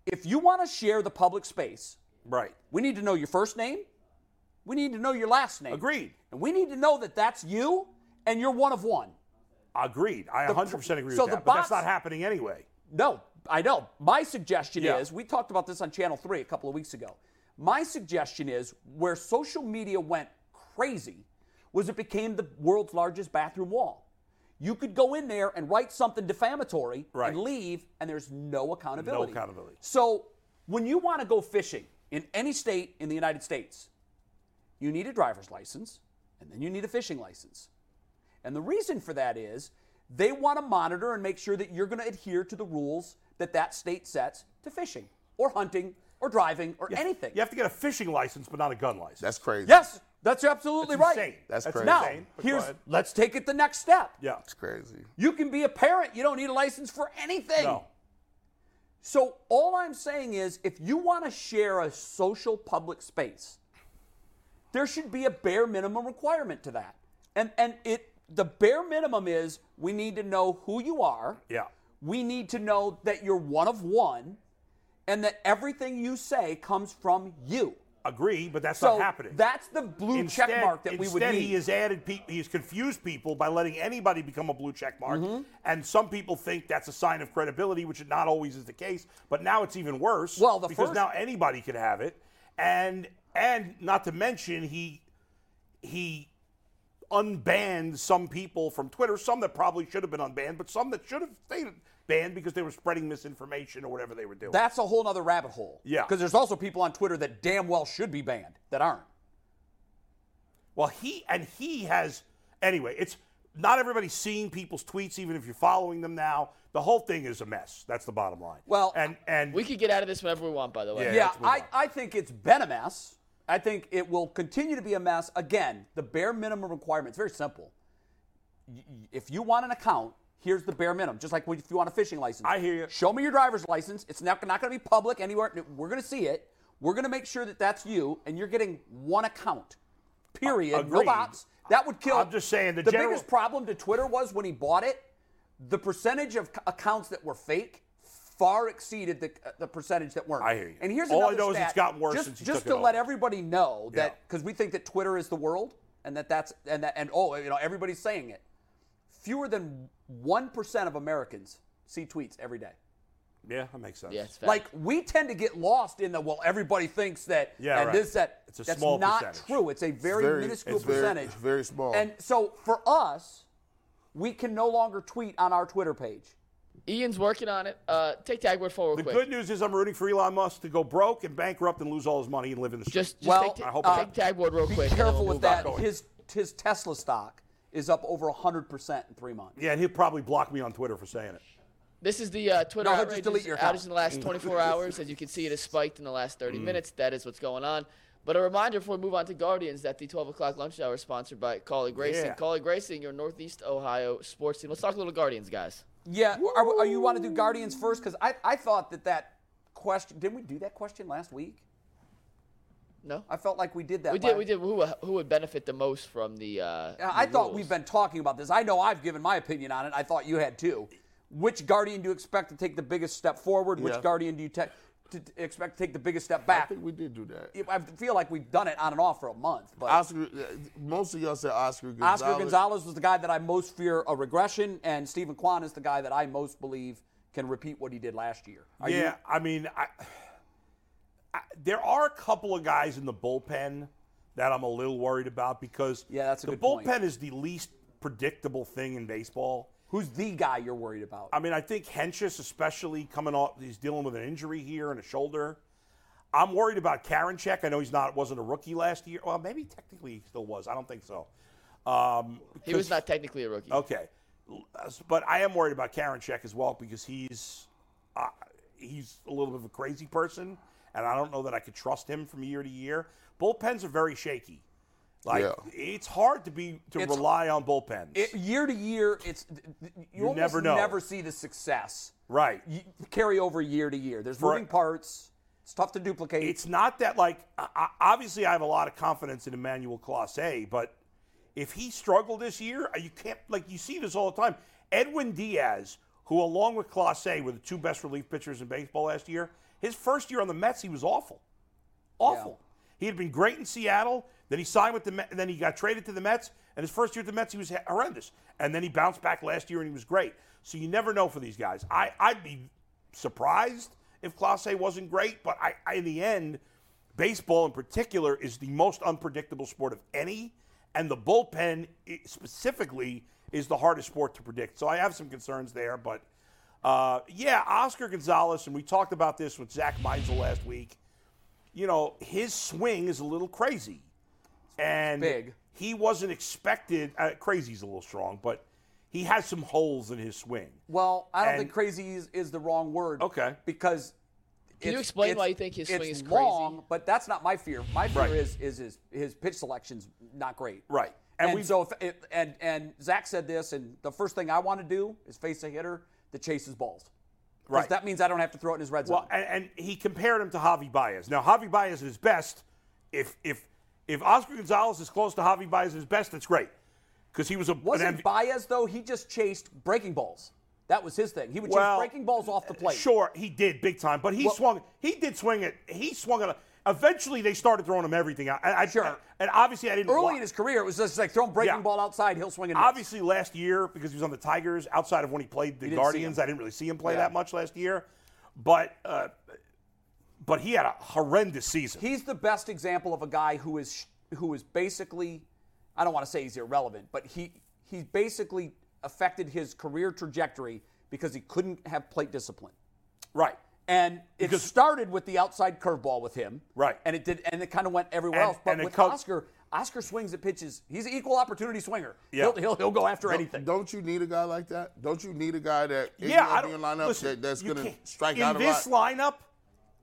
A: If you want to share the public space,
B: Right.
A: we need to know your first name. We need to know your last name.
B: Agreed.
A: And we need to know that that's you, and you're one of one.
B: Agreed. I
A: The
B: 100% agree
A: so
B: with
A: the
B: that. But
A: bots-
B: that's not happening anyway.
A: No, I know. My suggestion
B: Yeah.
A: is we talked about this on Channel 3 a couple of weeks ago. My suggestion is where social media went crazy was it became the world's largest bathroom wall. You could go in there and write something defamatory
B: Right.
A: and leave, and there's no accountability.
B: accountability.
A: So when you want to go fishing in any state in the United States, you need a driver's license, and then you need a fishing license. And the reason for that is they want to monitor and make sure that you're going to adhere to the rules that that state sets to fishing or hunting or driving or anything.
B: You have to get a fishing license, but not a gun license.
D: That's crazy.
A: Yes, that's absolutely
B: That's
A: right.
B: insane.
D: That's crazy.
A: Now,
B: insane, but go
A: here's
B: ahead.
A: let's take it the next step.
B: yeah.
D: That's crazy.
A: You can be a parent. You don't need a license for anything.
B: No.
A: So all I'm saying is if you want to share a social public space, there should be a bare minimum requirement to that. And and it the bare minimum is we need to know who you are.
B: Yeah.
A: We need to know that you're one of one and that everything you say comes from you.
B: Agree, but that's
A: So
B: not happening.
A: that's the blue check mark that we would
B: instead
A: need.
B: he has added people. He's confused people by letting anybody become a blue check mark,
A: Mm-hmm.
B: and some people think that's a sign of credibility, which it not always is the case. But now it's even worse.
A: Well, the
B: because
A: first-
B: now anybody can have it, and and not to mention he he unbanned some people from Twitter, some that probably should have been unbanned, but some that should have stayed banned because they were spreading misinformation or whatever they were doing.
A: That's a whole nother rabbit hole.
B: Yeah.
A: Because there's also people on Twitter that damn well should be banned that aren't.
B: Well, he and he has anyway. It's not everybody's seeing people's tweets, even if you're following them now. The whole thing is a mess. That's the bottom line.
A: Well-
B: and and
C: We could get out of this whenever we want, by the way.
B: Yeah.
A: Yeah,
B: let's move
A: I,
B: on.
A: I think it's been a mess. I think it will continue to be a mess. Again, the bare minimum requirement is very simple. Y- y- If you want an account, here's the bare minimum. Just like when- if you want a fishing license.
B: I hear you.
A: Show me your driver's license. It's not, not going to be public anywhere. We're going to see it. We're going to make sure that that's you, and you're getting one account. Period. no
B: agreed.
A: bots. That would kill.
B: I'm just saying the
A: the
B: general-
A: biggest problem to Twitter was when he bought it, the percentage of c- accounts that were fake far exceeded the, uh, the percentage that weren't.
B: I hear you.
A: And here's
B: All I
A: another
B: know is
A: stat,
B: it's gotten worse
A: just,
B: since he
A: just
B: took it
A: to let
B: over.
A: everybody know that
B: Yeah.
A: because we think that Twitter is the world and that that's and that and oh you know everybody's saying it. Fewer than one percent of Americans see tweets every day.
B: yeah, that makes sense.
C: Yeah, it's fact.
A: Like we tend to get lost in the well, everybody thinks that
B: Yeah,
A: and
B: right.
A: this that
B: It's a
A: that's
B: small
A: not
B: percentage.
A: true. It's a very,
D: very-
A: minuscule
D: it's very-
A: percentage.
D: it's very small.
A: And so for us, we can no longer tweet on our Twitter page.
C: Ian's working on it. Uh, take Dagwood forward
B: The
C: quick.
B: good news is I'm rooting for Elon Musk to go broke and bankrupt and lose all his money and live in the streets.
C: Just, just
A: Well,
C: take, ta-
A: I
B: hope
C: take
B: not.
C: Dagwood real
A: Be
C: quick. and then
A: careful
C: we'll
A: with
C: move on.
A: that. His his Tesla stock is up over hundred percent in three months.
B: yeah, and he'll probably block me on Twitter for saying it.
C: This is the uh, Twitter
A: No, just
C: outrage
A: delete your account. Mm.
C: outage in the
A: [laughs]
C: last 24 hours. As you can see, it has spiked in the last 30 minutes. That is what's going on. But a reminder before we move on to Guardians that the 12 o'clock lunch hour is sponsored by Collie Gracing.
B: Yeah.
C: Collie Gracing, your Northeast Ohio sports team. Let's talk a little Guardians, guys.
A: Yeah, are, are you want to do Guardians first? Because I, I thought that that question didn't we do that question last week?
C: No?
A: I felt like we did that.
C: We did.
A: last-
C: We did. Who, who would benefit the most from the? Uh,
A: And I
C: the
A: thought
C: rules?
A: we've been talking about this. I know I've given my opinion on it. I thought you had too. Which guardian do you expect to take the biggest step forward? Which
D: Yeah.
A: guardian do you te- to to expect to take the biggest step back?
D: I think we did do that.
A: I feel like we've done it on and off for a month. But
D: Oscar, uh, most of y'all said Oscar Gonzalez.
A: Oscar Gonzalez was the guy that I most fear a regression, and Stephen Kwan is the guy that I most believe can repeat what he did last year. Are you-
B: yeah, I mean, I, I, there are a couple of guys in the bullpen that I'm a little worried about because
A: Yeah, that's a
B: the
A: good
B: bullpen
A: point.
B: is the least predictable thing in baseball.
A: who's the guy you're worried about?
B: I mean, I think Henches, especially coming off, he's dealing with an injury here and a shoulder. I'm worried about Karinchek. I know he's not wasn't a rookie last year. Well, maybe technically he still was. I don't think so. Um,
C: He was not technically a rookie.
A: Oh,
B: Okay, L- uh, s- but I am worried about Karinchek as well because he's uh, he's a little bit of a crazy person, and I don't know that I could trust him from year to year. Bullpens are very shaky. Like
D: Yeah.
B: it's hard to be to
A: It's-
B: rely on bullpens.
A: It- year to year, it's th- th- you, almost
B: never know.
A: never see the success.
B: right.
A: you carry over year to year. There's
B: For-
A: moving parts. It's tough to duplicate.
B: it's not that like I, I- obviously I have a lot of confidence in Emmanuel Classe, but if he struggled this year, you can't like you see this all the time. Edwin Diaz, who along with Classe were the two best relief pitchers in baseball last year, his first year on the Mets he was awful, awful. He had been great in Seattle. Then he signed with the Met, then he got traded to the Mets. And his first year at the Mets, he was horrendous. And then he bounced back last year and he was great. So you never know for these guys. I, I'd be surprised if Classe wasn't great, but I, I, in the end, baseball in particular is the most unpredictable sport of any, and the bullpen i- specifically is the hardest sport to predict. So I have some concerns there, but uh, yeah, Oscar Gonzalez, and we talked about this with Zach Meisel last week. You know, his swing is a little crazy, and
A: Big.
B: he wasn't expected. Uh, crazy's a little strong, but he has some holes in his swing.
A: well, I don't
B: and-
A: think crazy is, is the wrong word.
B: Okay.
A: Because
C: Can you
A: it's-
C: explain
A: it's-
C: why you think his swing
A: it's
C: is crazy?
A: long, but that's not my fear. My fear
B: Right.
A: is is his his pitch selection's not great.
B: Right. And
A: And,
B: we've-
A: so if it, and and Zach said this, and the first thing I want to do is face a hitter that chases balls. 'Cause
B: Right.
A: That means I don't have to throw it in his red zone.
B: Well, and, and he compared him to Javi Baez. Now, Javi Baez at his best, if if if Oscar Gonzalez is close to Javi Baez at his best, that's great because he was a an
A: Wasn't
B: MV-
A: Baez though? He just chased breaking balls. That was his thing. He would
B: Well,
A: chase breaking balls off the plate.
B: Sure, he did big time, but he
A: Well-
B: swung. He did swing it. He swung it. Eventually, they started throwing him everything. I, I,
A: Sure.
B: and obviously, I didn't.
A: Early
B: wa-
A: in his career, it was just like throw him breaking
B: Yeah.
A: ball outside, he'll swing it.
B: Obviously, last year because he was on the Tigers, outside of when he played the
A: didn't see
B: Guardians,
A: him.
B: I didn't really see him play
A: Yeah.
B: that much last year. But uh, but he had a horrendous season.
A: he's the best example of a guy who is who is basically I don't want to say he's irrelevant, but he he basically affected his career trajectory because he couldn't have plate discipline.
B: right.
A: And it
B: Because-
A: started with the outside curveball with him.
B: Right.
A: And it did and it kind of went everywhere
B: And-
A: else. But
B: and it
A: with
B: co-
A: Oscar, Oscar swings at pitches. He's an equal opportunity swinger.
B: Yeah.
A: He'll, he'll he'll go after anything.
D: Don't you need a guy like that? Don't you need a guy that in
B: Yeah,
D: your
B: I don't,
D: opening lineup
B: listen,
D: that, that's
B: you
D: going to
B: can't-
D: strike
B: in
D: out a
B: this
D: lot?
B: lineup.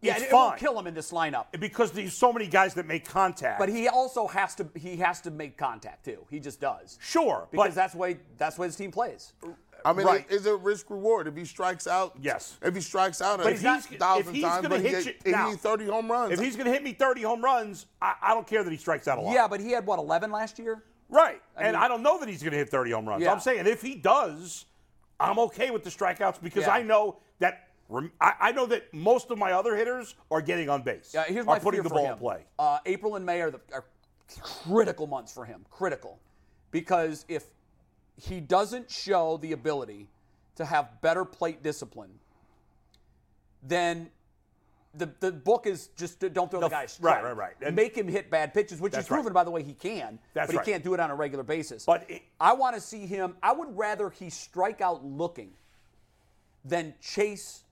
A: Yeah,
B: it's
A: it
B: fine
A: won't kill him in this lineup.
B: because there's so many guys that make contact.
A: But he also has to he has to make contact too. He just does.
B: sure,
A: Because
B: but
A: that's the way that's the way his team plays.
D: I mean,
B: Right.
D: is, is it risk reward if he strikes out?
B: Yes.
D: If he strikes out
B: But
D: a
B: if he's-
D: thousand times,
B: if he's gonna
D: but he
B: hit
D: get-
B: you-
D: if
B: now.
D: he hit 30 home runs.
B: if he's going to hit me 30 home runs, I, I don't care that he strikes out a lot.
A: Yeah, but he had what 11 last year.
B: right. and I don't know that he's going to hit 30 home runs.
A: Yeah.
B: I'm saying if he does, I'm okay with the strikeouts because
A: Yeah.
B: I know that rem- I, I know that most of my other hitters are getting on base.
A: Uh, here's
B: are
A: my
B: putting
A: fear
B: the
A: for
B: ball
A: him.
B: in play.
A: Uh, April and May are the are critical months for him. Critical, because if he doesn't show the ability to have better plate discipline, then the the book is just don't throw the,
B: The
A: guy
B: f-
A: straight.
B: right, right, right. And-
A: Make him hit bad pitches, which is
B: That's right.
A: proven by the way he can.
B: That's
A: but he
B: right.
A: can't do it on a regular basis.
B: But it-
A: I want to see him. I would rather he strike out looking than chase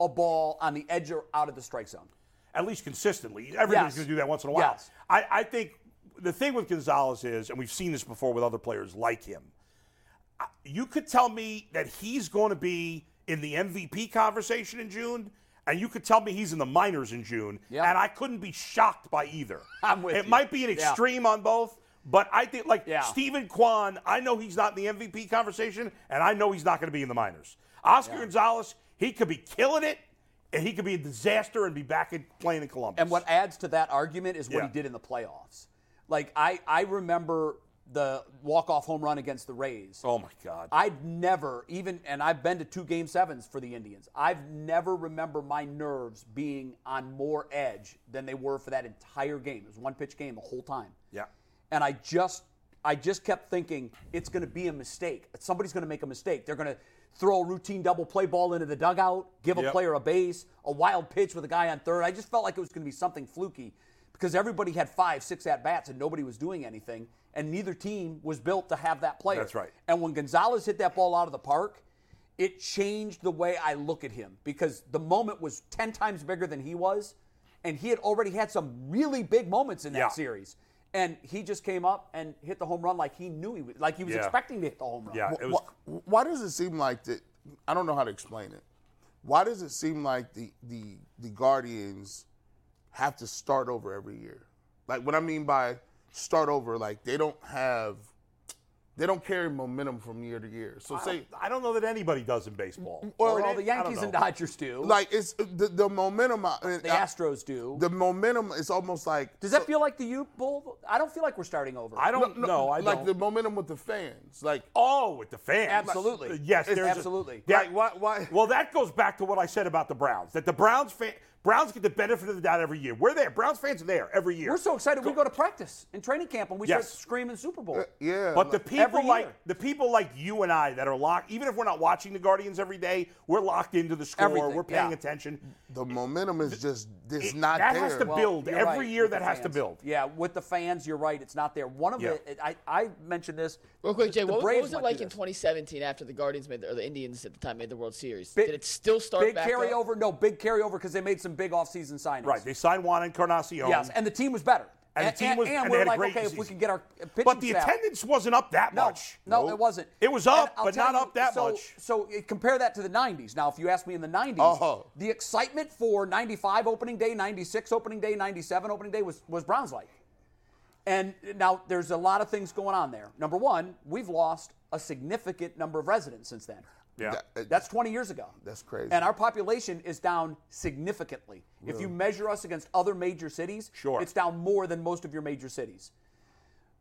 A: a ball on the edge or out of the strike zone.
B: at least consistently. Everybody's
A: Yes.
B: going to do that once in a while.
A: Yes.
B: I, I think the thing with Gonzalez is, and we've seen this before with other players like him, I- you could tell me that he's going to be in the MVP conversation in June. And you could tell me he's in the minors in June,
A: Yep.
B: and I couldn't be shocked by either.
A: [laughs] I'm with
B: it
A: you.
B: might be an
A: Yeah.
B: extreme on both, but I think like
A: Yeah.
B: Stephen Kwan, I know he's not in the MVP conversation, and I know he's not going to be in the minors. Oscar Gonzalez, he could be killing it, and he could be a disaster and be back in playing in Columbus.
A: And what adds to that argument is what
B: Yeah.
A: he did in the playoffs. Like I, I remember the walk-off home run against the Rays.
B: Oh my God!
A: I'd never even, and I've been to two game sevens for the Indians. I've never remember my nerves being on more edge than they were for that entire game. It was one pitch game the whole time.
B: yeah,
A: and I just I just kept thinking it's going to be a mistake. Somebody's going to make a mistake. They're going to throw a routine double play ball into the dugout, give a
B: Yep.
A: player a base, a wild pitch with a guy on third. I just felt like it was going to be something fluky because everybody had five, six at bats and nobody was doing anything, and neither team was built to have that player.
B: That's right.
A: And when Gonzalez hit that ball out of the park, it changed the way I look at him because the moment was 10 times bigger than he was. And he had already had some really big moments in that
B: Yeah.
A: series. And he just came up and hit the home run like he knew he was, like he was
B: Yeah.
A: expecting to hit the home run.
B: yeah. It was
D: why, why does it seem like that? I don't know how to explain it. Why does it seem like the the the Guardians have to start over every year? Like what I mean by start over, like they don't have, they don't carry momentum from year to year. So say
B: I don't know that anybody does in baseball.
A: Well,
B: Or in
A: the
B: it- I don't
A: Yankees and
B: know. uh,
A: Dodgers do.
D: like it's the, the momentum. I- I-
A: the Astros do.
D: the momentum is almost like
A: Does that feel like the U Bowl? I don't feel like we're starting over.
B: I don't know. I
D: like
B: don't.
D: the momentum with the fans. Like
B: Oh, with the fans.
A: Absolutely.
B: Uh, Yes,
A: It's-
B: there's a-
A: absolutely.
B: there-
D: Like, why- why-
B: Well, that goes back to what I said about the Browns. That the Browns fan, Browns get the benefit of the doubt every year. We're there. Browns fans are there every year.
A: We're so excited we go to practice in training camp and we
B: Yes.
A: start screaming Super Bowl.
D: yeah,
B: But the
D: like-
B: people
A: every
B: like
A: year.
B: the people like you and I that are locked. Even if we're not watching the Guardians every day, we're locked into the score.
A: Everything,
B: We're paying
A: yeah.
B: attention.
D: the momentum is just it's not
B: that
D: there.
B: has to
A: Well,
B: build.
A: you're
B: Every year
A: with
B: that
A: the
B: has to
A: fans.
B: build.
A: Yeah, with the fans, you're right. It's not there. One of
B: Yeah.
A: the I, I mentioned this.
C: Real quick, Jay,
A: the
C: what, was- what
A: Braves
C: was it
A: went through
C: like in
A: this.
C: 2017 after the Guardians made the, or the Indians at the time made the World Series?
A: Big-
C: Did it still start
A: Big
C: back up?
A: carryover? No, big carryover because they made some big offseason signings.
B: Right. They signed Juan Encarnacion.
A: Yes, and the team was better.
B: um, And, the team was,
A: and
B: they
A: we're
B: had a
A: like,
B: great
A: okay, if we
B: season.
A: could get our pitching
B: But the
A: staff-
B: attendance wasn't up that
A: No,
B: much.
A: no, it wasn't.
B: It was
A: And
B: up,
A: I'll
B: but
A: tell
B: not
A: you,
B: up that
A: so-
B: much.
A: So uh, compare that to the 90s. Now, if you ask me in the 90s,
D: Uh-huh.
A: the excitement for 95 opening day, 96 opening day, 97 opening day was, was Browns like. And now there's a lot of things going on there. Number one, we've lost a significant number of residents since then.
B: Yeah.
A: That's 20 years ago.
D: uh, That's crazy.
A: And our population is down significantly. If you measure us against other major cities,
B: Sure.
A: it's down more than most of your major cities.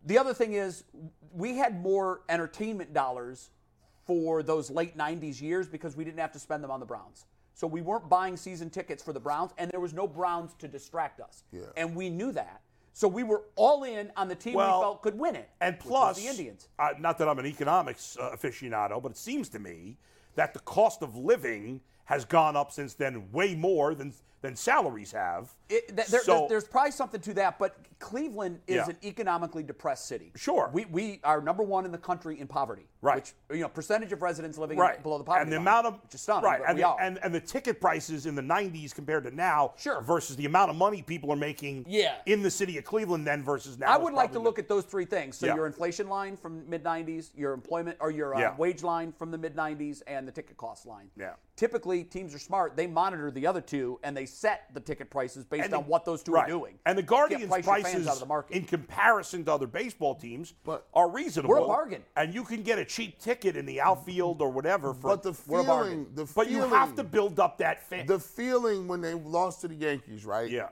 A: The other thing is, we had more entertainment dollars for those late 90s years because we didn't have to spend them on the Browns. So we weren't buying season tickets for the Browns, and there was no Browns to distract us. And we knew that. So we were all in on the team
B: Well,
A: we felt could win it.
B: And
A: which was
B: plus,
A: the Indians.
B: I, not that I'm an economics uh, aficionado, but it seems to me that the cost of living has gone up since then way more than than salaries have.
A: It, th- there,
B: so,
A: there's, there's probably something to that, but Cleveland is
B: Yeah.
A: an economically depressed city.
B: Sure.
A: we, we are number one in the country in poverty.
B: Right.
A: which you know percentage of residents living
B: right
A: below the poverty
B: and the
A: line,
B: amount of
A: which is stunning.
B: right
A: but
B: and,
A: we
B: the,
A: are.
B: and and the ticket prices in the 90s compared to now
A: Sure.
B: versus the amount of money people are making
C: Yeah.
B: in the city of Cleveland then versus now.
A: I
B: is
A: would like to
B: probably-
A: look at those three things. So
B: Yeah.
A: your inflation line from mid 90s, your employment or your uh,
B: Yeah.
A: wage line from the mid 90s, and the ticket cost line.
B: Yeah.
A: Typically, teams are smart. They monitor the other two and they set the ticket prices based
B: And
A: on
B: the-
A: what those two are
B: right.
A: doing.
B: And the
A: You can't
B: Guardians
A: price your fans
B: prices
A: out of the market.
B: in comparison to other baseball teams
D: But-
B: are reasonable.
A: bargain.
B: And you can get a cheap ticket in the outfield or whatever for
D: But the
B: we're a bargain.
D: feeling- the
B: But you have
D: feeling-
B: to build up that fan.
D: The feeling when they lost to the Yankees, right?
B: yeah.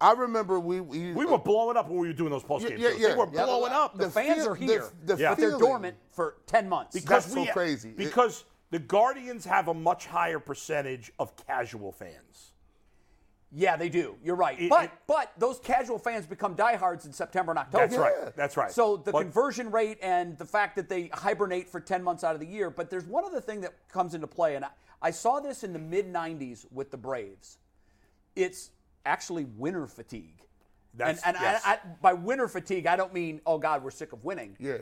D: I remember we we,
B: We were blowing up when we were doing those post game shows. They were
D: yeah.
B: blowing up.
A: The fans
D: feel-
A: are here,
D: the, the
B: Yeah.
A: but they're
D: feeling-
A: dormant for 10 months.
D: That's so crazy. It-
B: Because the Guardians have a much higher percentage of casual fans.
A: Yeah, they do. You're right.
B: It-
A: but
B: it-
A: but those casual fans become diehards in September and
D: Oh,
A: October.
B: That's right. That's right.
A: So the
B: But-
A: conversion rate and the fact that they hibernate for 10 months out of the year. But there's one other thing that comes into play, and I, I saw this in the mid 90s with the Braves. It's actually winter fatigue.
B: That's-
A: and and
B: yes.
A: I, I, by winter fatigue, I don't mean, oh, God, we're sick of winning.
D: Yeah.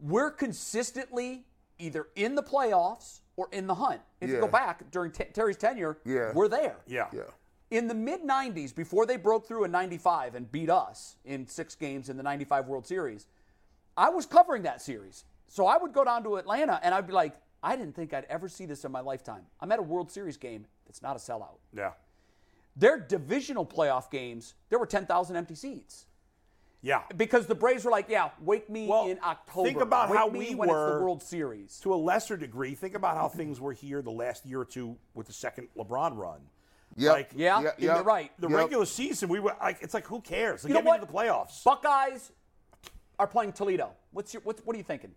A: We're consistently either in the playoffs or in the hunt. If you
D: Yeah.
A: go back during Te- Terry's tenure,
D: Yeah.
A: we're there.
B: Yeah.
D: Yeah.
A: In the mid 90s, before they broke through in 95 and beat us in six games in the 95 World Series, I was covering that series. So I would go down to Atlanta and I'd be like, I didn't think I'd ever see this in my lifetime. I'm at a World Series game that's not a sellout.
B: Yeah.
A: Their divisional playoff games, there were 10,000 empty seats
B: Yeah.
A: because the Braves were like, yeah, wake me
B: Well,
A: in October.
B: think about
A: Wake
B: how
A: me
B: we
A: when it's
B: were
A: the World Series.
B: To a lesser degree, think about how things were here the last year or two with the second LeBron run.
D: Yep.
B: Like,
A: Yeah,
D: Yep,
A: you're
D: yep.
A: right.
B: The
D: Yep.
B: regular season, we were like, it's like who cares? Like,
A: You know
B: get me
A: what?
B: to the playoffs.
A: Buckeyes are playing Toledo. What's your what's, what are you thinking?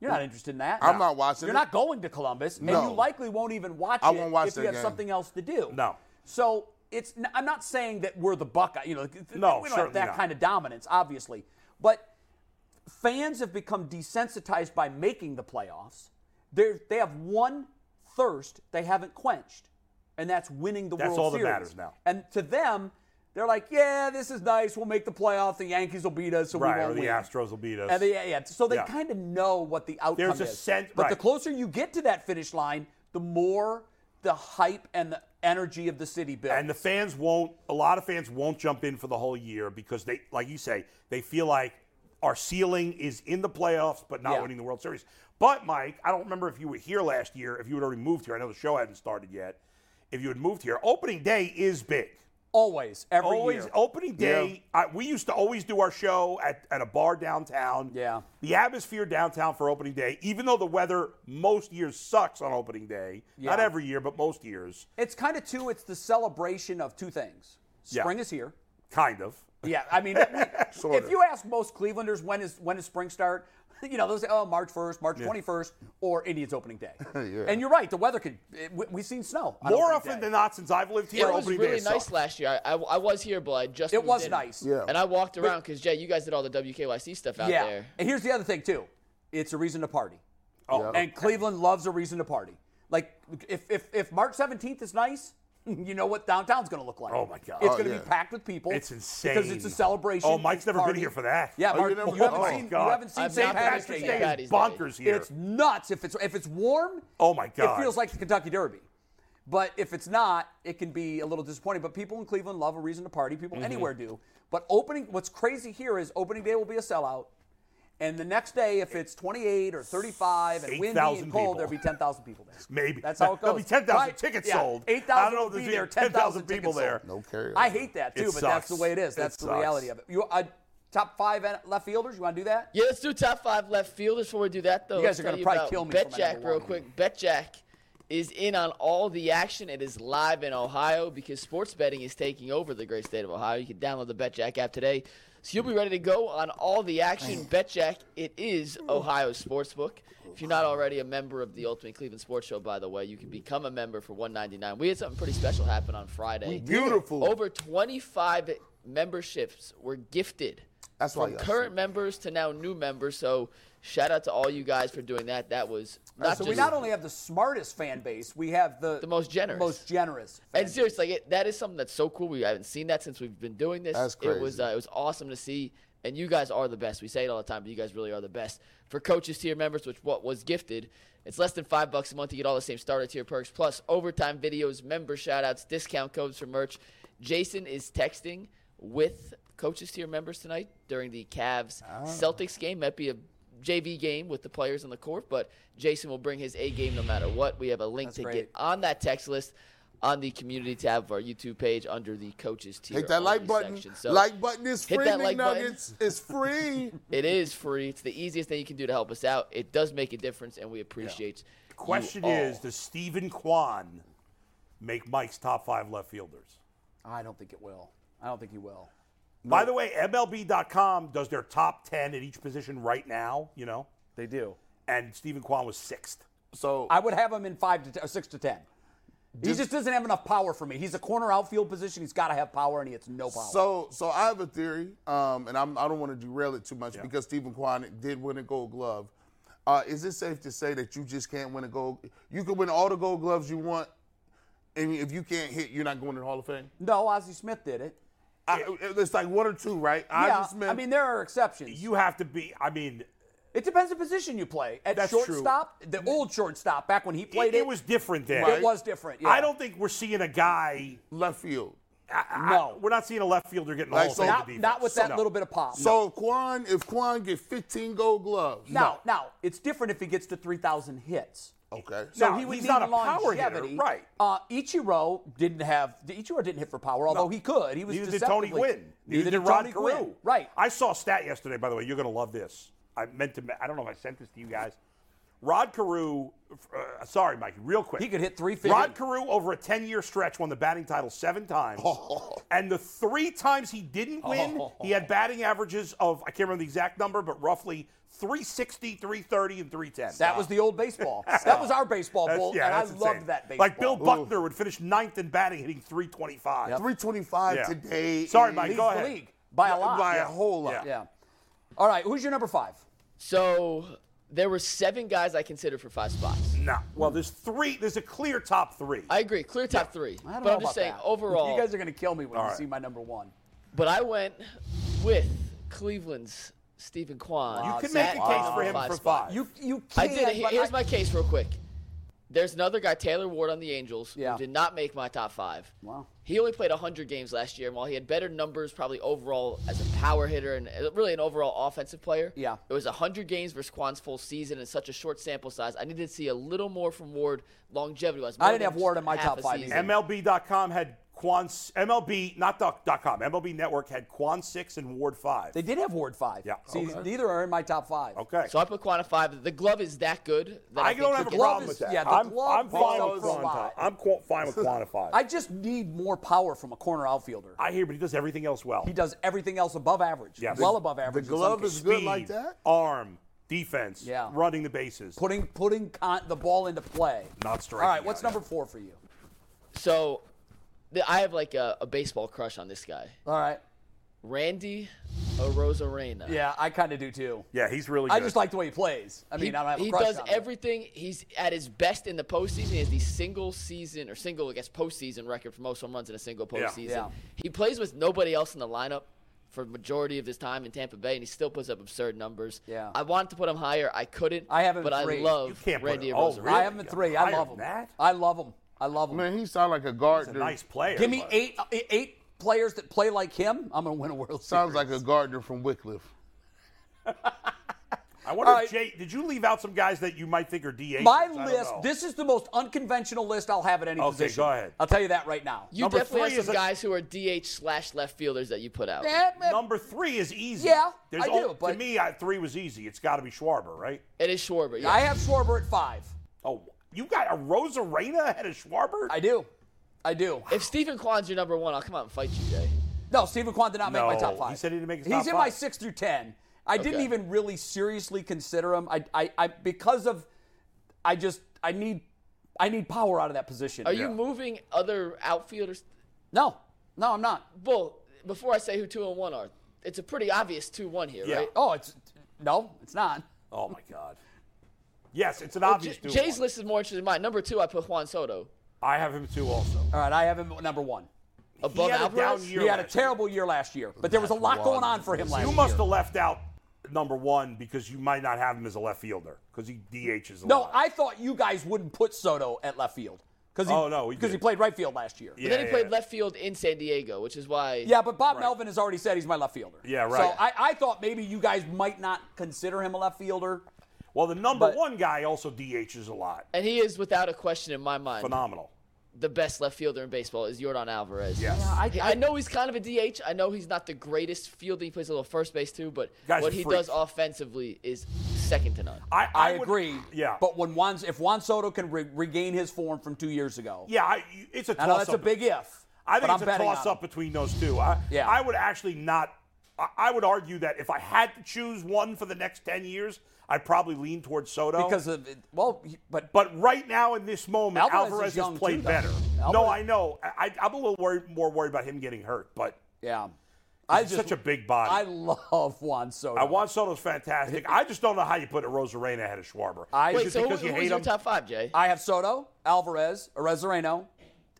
A: You're not interested in that.
D: I'm No. not watching
A: You're
D: it.
A: not going to Columbus, and
D: No.
A: you likely won't even watch
D: I
A: it
D: won't watch
A: if you
D: that
A: have
D: game.
A: something else to do.
B: No.
A: So it's n- I'm not saying that we're the Buckeye. You know, th- th-
B: No,
A: we don't have
B: certainly
A: that
B: not.
A: kind of dominance, obviously. But fans have become desensitized by making the playoffs. They they have one thirst they haven't quenched, and that's winning the
B: That's
A: World
B: all that
A: Series.
B: matters now.
A: And to them, they're like, yeah, this is nice. We'll make the playoffs. The Yankees will beat us, so
B: right.
A: we
B: Or
A: won't
B: the
A: win.
B: Astros will beat us.
A: And they, yeah, yeah. So they
B: Yeah.
A: kind of know what the outcome
B: There's a
A: is.
B: sense-
A: but the
B: right.
A: closer you get to that finish line, the more the hype and the energy of the city builds.
B: And the fans won't. A lot of fans won't jump in for the whole year because they, like you say, they feel like our ceiling is in the playoffs, but not
A: Yeah.
B: winning the World Series. But Mike, I don't remember if you were here last year. If you had already moved here, I know the show hadn't started yet. If you had moved here, opening day is big.
A: always, every
B: Always oh
A: year.
B: opening day. I, we used to always do our show at, at a bar downtown.
A: Yeah.
B: The atmosphere downtown for opening day, even though the weather most years sucks on opening day, not
A: Yeah.
B: every year, but most years,
A: It's kind of two. It's the celebration of two things.
B: Yeah.
A: Spring is here.
B: kind of.
A: Yeah, I
B: [laughs]
A: mean, we- if you ask most Clevelanders when is when does spring start, [laughs] you know they'll say oh March first, March twenty first, or Indians opening
B: [laughs]
A: day. And you're right, the weather can. It, we, we've seen snow on
B: More
A: opening
B: often
A: day.
B: than not, since I've lived here,
C: It was
B: opening
C: really
B: day
C: nice
B: sucked.
C: last year. I, I, I was here, but I just
A: It
C: moved
A: was
C: in.
A: nice.
D: Yeah.
C: And I walked around because Jay, you guys did all the WKYC stuff out
A: yeah.
C: there.
A: And here's the other thing too, it's a reason to party.
B: Oh,
A: And Cleveland loves a reason to party. Like if if, if March seventeenth is nice. [laughs] You know what downtown's going to look like?
B: Oh, my God.
A: It's
B: Oh,
A: going to
D: yeah.
A: be packed with people.
B: It's insane.
A: because it's a celebration.
B: Oh, Mike's
A: it's
B: never
A: party.
B: been here for that.
A: Yeah,
D: Oh,
A: Mark,
D: you
A: you,
D: never-
A: haven't
D: oh, my
A: seen
B: God.
A: you haven't seen
C: I've
A: St.
C: not been to
A: Patrick's
C: St.
A: Day.
B: Day
C: Patty's
B: is
C: Day.
B: bonkers here.
A: It's nuts. If it's if it's warm,
B: Oh, my God.
A: it feels like the Kentucky Derby.
B: Mm-hmm.
A: But if it's not, it can be a little disappointing. But people in Cleveland love a reason to party. People anywhere do. But opening, what's crazy here is opening day will be a sellout. And the next day, if it's 28 or 35 and windy
B: 8,000
A: and cold,
B: people.
A: there'll be 10,000 people there.
B: [laughs] Maybe
A: That's how it
B: There'll
A: goes.
B: be ten thousand
A: Right.
B: tickets
A: Yeah.
B: sold. I
A: 8,000
B: don't know
A: will
B: if there's
A: be there.
B: even ten
A: 10,000
B: thousand people
A: tickets
B: there.
A: sold.
D: No carry.
A: I hate that
B: It
A: too, but that's the
B: sucks.
A: way it is.
B: It
A: That's the
B: sucks.
A: reality of it. You uh, top five en- left fielders? You want to do that?
C: Yeah, let's do top five left fielders before we do that, though.
A: You guys
C: Let's
A: are
C: tell
A: gonna probably
C: about
A: kill me for my
C: BetJack,
A: number
C: real
A: one.
C: quick. BetJack is in on all the action. It is live in Ohio because sports betting is taking over the great state of Ohio. You can download the BetJack app today. So you'll be ready to go on all the action. BetJack, it is Ohio's sportsbook. If you're not already a member of the Ultimate Cleveland Sports Show, by the way, you can become a member for 199 We had something pretty special happen on Friday.
D: Beautiful.
C: Over 25 memberships were gifted
D: That's why
C: from
D: y'all
C: current
D: suck.
C: members to now new members. So shout out to all you guys for doing that. That was not
A: So
C: just
A: we not only have the smartest fan base, we have the,
C: The most generous.
A: most generous. fan
C: and seriously, like it, that is something that's so cool. We haven't seen that since we've been doing this.
D: That's
C: It was
D: crazy.
C: uh, it was awesome to see. And you guys are the best. We say it all the time, but you guys really are the best. For coaches tier members, which what was gifted, it's less than five bucks a month to get all the same starter tier perks, plus overtime videos, member shout outs, discount codes for merch. Jason is texting with coaches tier members tonight during the Cavs Celtics game. Might be a JV game with the players on the court, but Jason will bring his A game no matter what. We have a link to get
A: great.
C: on that text list on the community tab of our YouTube page under the coaches tier.
D: Hit that like
C: only
D: button.
C: section. So
D: like button is
C: hit
D: free.
C: that like button.
D: McNuggets. It's free.
C: It is free. It's the easiest thing you can do to help us out. It does make a difference, and we appreciate. you
B: Question
A: oh.
C: all.
B: is, does Stephen Kwan make Mike's top five left fielders?
A: I don't think it will. I don't think he will.
B: By the way, MLB.com does their top ten at each position right now. You know,
A: They do.
B: and Stephen Kwan was sixth.
D: So
A: I would have him in five to t- or six to ten. He just doesn't have enough power for me. He's a corner outfield position. He's got to have power, and he has no power.
D: So, so I have a theory, um, and I'm, I don't want to derail it too much because Stephen Kwan did win a Gold Glove. Uh, is it safe to say that you just can't win a Gold? You can win all the Gold Gloves you want, and if you can't hit, you're not going to the Hall of Fame.
A: no, Ozzie Smith did it.
D: I, it's like one or two, right?
A: yeah,
D: Ozzie Smith-
A: I mean there are exceptions.
B: You have to be. I mean,
A: it depends the position you play. At
B: That's true.
A: shortstop, the old shortstop back when he played
B: it,
A: it,
B: it was different then.
A: it was different. yeah.
B: I don't think we're seeing a guy.
D: left field.
A: no,
B: We're not seeing a left fielder getting
D: Like,
B: all
D: so-
B: the
D: Not-
B: defense.
A: not with that
B: No.
A: little bit of pop.
D: So if Kwan, if Kwan get 15 Gold Gloves,
A: now, now it's different if he gets to three thousand hits.
D: okay,
A: So
B: No,
A: he would
B: he's
A: need
B: not a power hitter,
A: longevity.
B: right.
A: Uh, Ichiro didn't have Ichiro didn't hit for power, although he could. He was
B: Neither did Tony
A: deceptively-
B: Gwynn.
A: Neither, did,
B: Rod
A: Tony
B: Carew.
A: Gwynn. Right.
B: I saw a stat yesterday, by the way. You're going to love this. I meant to. I don't know if I sent this to you guys. Rod Carew, uh, sorry, Mike, real quick.
A: He could hit
B: Rod
A: 350.
B: Carew over a 10 year stretch won the batting title seven times.
A: Oh.
B: And the three times he didn't win, he had batting averages of, I can't remember the exact number, but roughly 360, 330, and 310.
A: that was the old
B: [laughs]
A: baseball. that was our baseball
B: That's-
A: bowl,
B: yeah,
A: and I
B: that's
A: loved
B: insane.
A: that baseball.
B: Like Bill Buckner would finish ninth in batting, hitting 325.
D: 325
B: Yeah.
D: today.
B: Sorry,
D: is-
B: Mike,
A: leads
B: go
A: the
B: ahead.
A: league by a lot.
D: By
A: yeah.
D: a whole lot.
A: Yeah. All right. Who's your number five?
C: So there were seven guys I considered for five spots.
B: Nah. Well, there's three. There's a clear top three.
C: I agree, clear top three.
A: I don't
C: but
A: know
C: I'm just
A: about
C: saying
A: that. [laughs]
C: overall.
A: You guys are going to kill me when you
B: right.
A: see my number one.
C: but I went with Cleveland's Stephen Kwan.
B: You can make
C: at
B: a case for
C: number
B: him for
C: spot.
B: five.
A: You you
C: I
A: can't.
C: did. it. Here-
A: but
C: Here's
A: I-
C: my case, real quick. There's another guy, Taylor Ward on the Angels,
A: Yeah.
C: who did not make my top five.
A: Wow.
C: He only played 100 games last year, and while he had better numbers, probably overall as a power hitter and uh, really an overall offensive player,
A: Yeah.
C: it was 100 games versus Quan's full season and such a short sample size. I needed to see a little more from Ward longevity wise.
A: I didn't have Ward in my top five either.
B: MLB.com had Quan MLB not doc- dot .com MLB Network had Quan six and Ward five.
A: They did have Ward five.
B: Yeah,
A: See, neither are in my top five.
B: Okay,
C: So I put Quan at five. The glove is that good. That
B: I,
C: think
B: don't
C: he
B: have a
C: can-
B: problem
A: is-
B: with that.
A: yeah, the
B: I'm,
A: glove
B: I'm fine with
A: follows a
B: Quan.
A: lot.
B: I'm qu-
A: [laughs]
B: fine with Quan at five.
A: I just need more power from a corner outfielder.
B: I hear, but he does everything else well.
A: He does everything else above average.
B: Yes.
A: Well
B: The-
A: above average. in some
D: glove
A: cases.
D: is
B: Speed,
D: good like that.
B: Arm, defense,
A: Yeah.
B: running the bases.
A: putting putting con- the ball into play.
B: Not striking
A: All right, what's
B: out, yeah.
A: number four for you?
C: So the, I have like a, a baseball crush on this guy,
A: All right.
C: Randy Arozarena.
A: Yeah, I kind of do too.
B: yeah, he's really. Good.
A: I just like the way he plays. I mean, I don't have a
C: he
A: crush
C: does
A: on him.
C: everything. He's at his best in the postseason. He has the single season or single, I guess, postseason record for most home runs in a single
B: Yeah.
C: postseason.
A: Yeah.
C: He plays with nobody else in the lineup for majority of his time in Tampa Bay, and he still puts up absurd numbers.
A: Yeah.
C: I wanted to put him higher. I couldn't.
A: I have him
C: but
A: three.
C: I
B: You
C: love
B: can't put
C: Randy
B: him- oh,
C: Arozarena.
B: really?
A: I have him at three. I
B: Higher
A: love
B: than
A: him.
B: that?
A: I love him. I love him.
D: Man, he sound like a guard.
B: He's a
D: dude.
B: nice player.
A: Give me
B: but-
A: eight, eight players that play like him, I'm going to win a World
D: Sounds
A: Series.
D: like a gardener from Wycliffe.
B: I wonder,
A: All right.
B: if Jay, did you leave out some guys that you might think are DH?
A: Uh, My list, this is the most unconventional list I'll have at any
B: Okay,
A: position.
B: go ahead.
A: I'll tell you that right now.
C: You
B: Number
C: definitely
B: three
C: have
B: is
C: some
B: a-
C: guys who are DH slash left fielders that you put out.
A: Yeah, man,
B: Number three is easy.
A: Yeah,
B: There's
A: I do,
B: only-
A: but-
B: to me, I, three was easy. It's got to be Schwarber, right?
C: It is Schwarber. Yeah.
A: I have Schwarber at five.
B: Oh, you got a Rosarena ahead of Schwarber?
A: I do. I do.
C: if Stephen Kwan's your number one, I'll come out and fight you, Jay.
A: No, Stephen Kwan did not make my
B: No,
A: top five.
B: he said he didn't make his
A: He's
B: top
A: in my
B: five.
A: six through ten. I didn't
C: Okay.
A: even really seriously consider him. I, I, I, because of, I just, I need, I need power out of that position.
C: Are you moving other outfielders?
A: No, no, I'm not.
C: Bull, before I say who two and one are, it's a pretty obvious two one here,
B: Yeah.
C: right?
A: Oh, it's, no, it's not.
B: oh, my
A: [laughs]
B: God. Yes, it's an
C: Well,
B: obvious
C: J-
B: two.
C: Jay's list is more interesting than mine. Number two, I put Juan Soto
B: I have him two also.
A: All right, I have him at number one.
C: above
B: had a
C: Alvarez.
B: down year.
A: He had a
B: last year.
A: terrible year last year, but there was a lot going on for him last
B: You
A: year.
B: must have left out number one because you might not have him as a left fielder because he DHs a
A: No,
B: lot.
A: I thought you guys wouldn't put Soto at left field because he,
B: Oh, no, he
A: because he
B: did.
A: played right field last year.
B: Yeah,
C: then he
B: yeah,
C: played
B: yeah.
C: left field in San Diego, which is why.
A: Yeah, but Bob Melvin has already said he's my left fielder.
B: Yeah,
A: So
B: right.
A: I, I thought maybe you guys might not consider him a left fielder.
B: Well, the number
A: But-
B: one guy also DHs a lot.
C: And he is, without a question in my mind,
B: Phenomenal.
C: the best left fielder in baseball is Jordan Alvarez.
B: Yes. Yeah,
C: I, I know he's kind of a DH. I know he's not the greatest fielder. He plays a little first base too, but
B: Guy's
C: what
B: a
C: he
B: freak.
C: does offensively is second to none.
B: I,
A: I,
B: would-
A: agree.
B: Yeah.
A: But when Juan, if Juan Soto can re- regain his form from two years ago,
B: yeah, I, it's a
A: I
B: toss
A: know that's a
B: up.
A: big if.
B: I think
A: but
B: it's
A: I'm
B: a
A: betting on
B: toss up
A: him.
B: between those two. I,
A: Yeah.
B: I would actually not. I, I would argue that if I had to choose one for the next ten years, I'd probably lean towards Soto.
A: because of it- well, he- but
B: but right now in this moment,
A: Alvarez
B: Alvarez,
A: is
B: has
A: young
B: played
A: too, though.
B: better. No,
A: Alvarez-
B: I know. I, I'm a little worried, more worried about him getting hurt, but
A: yeah, I
B: he's
A: just
B: such a big body.
A: I love Juan Soto.
B: I want Soto's fantastic. I just don't know how you put a Rosarena ahead of Schwarber.
A: I-
B: Is
C: Wait,
B: it
C: so who,
B: because you
C: who's
B: hate
C: your
B: him?
C: top five, Jay?
A: I have Soto, Alvarez, Arezareno,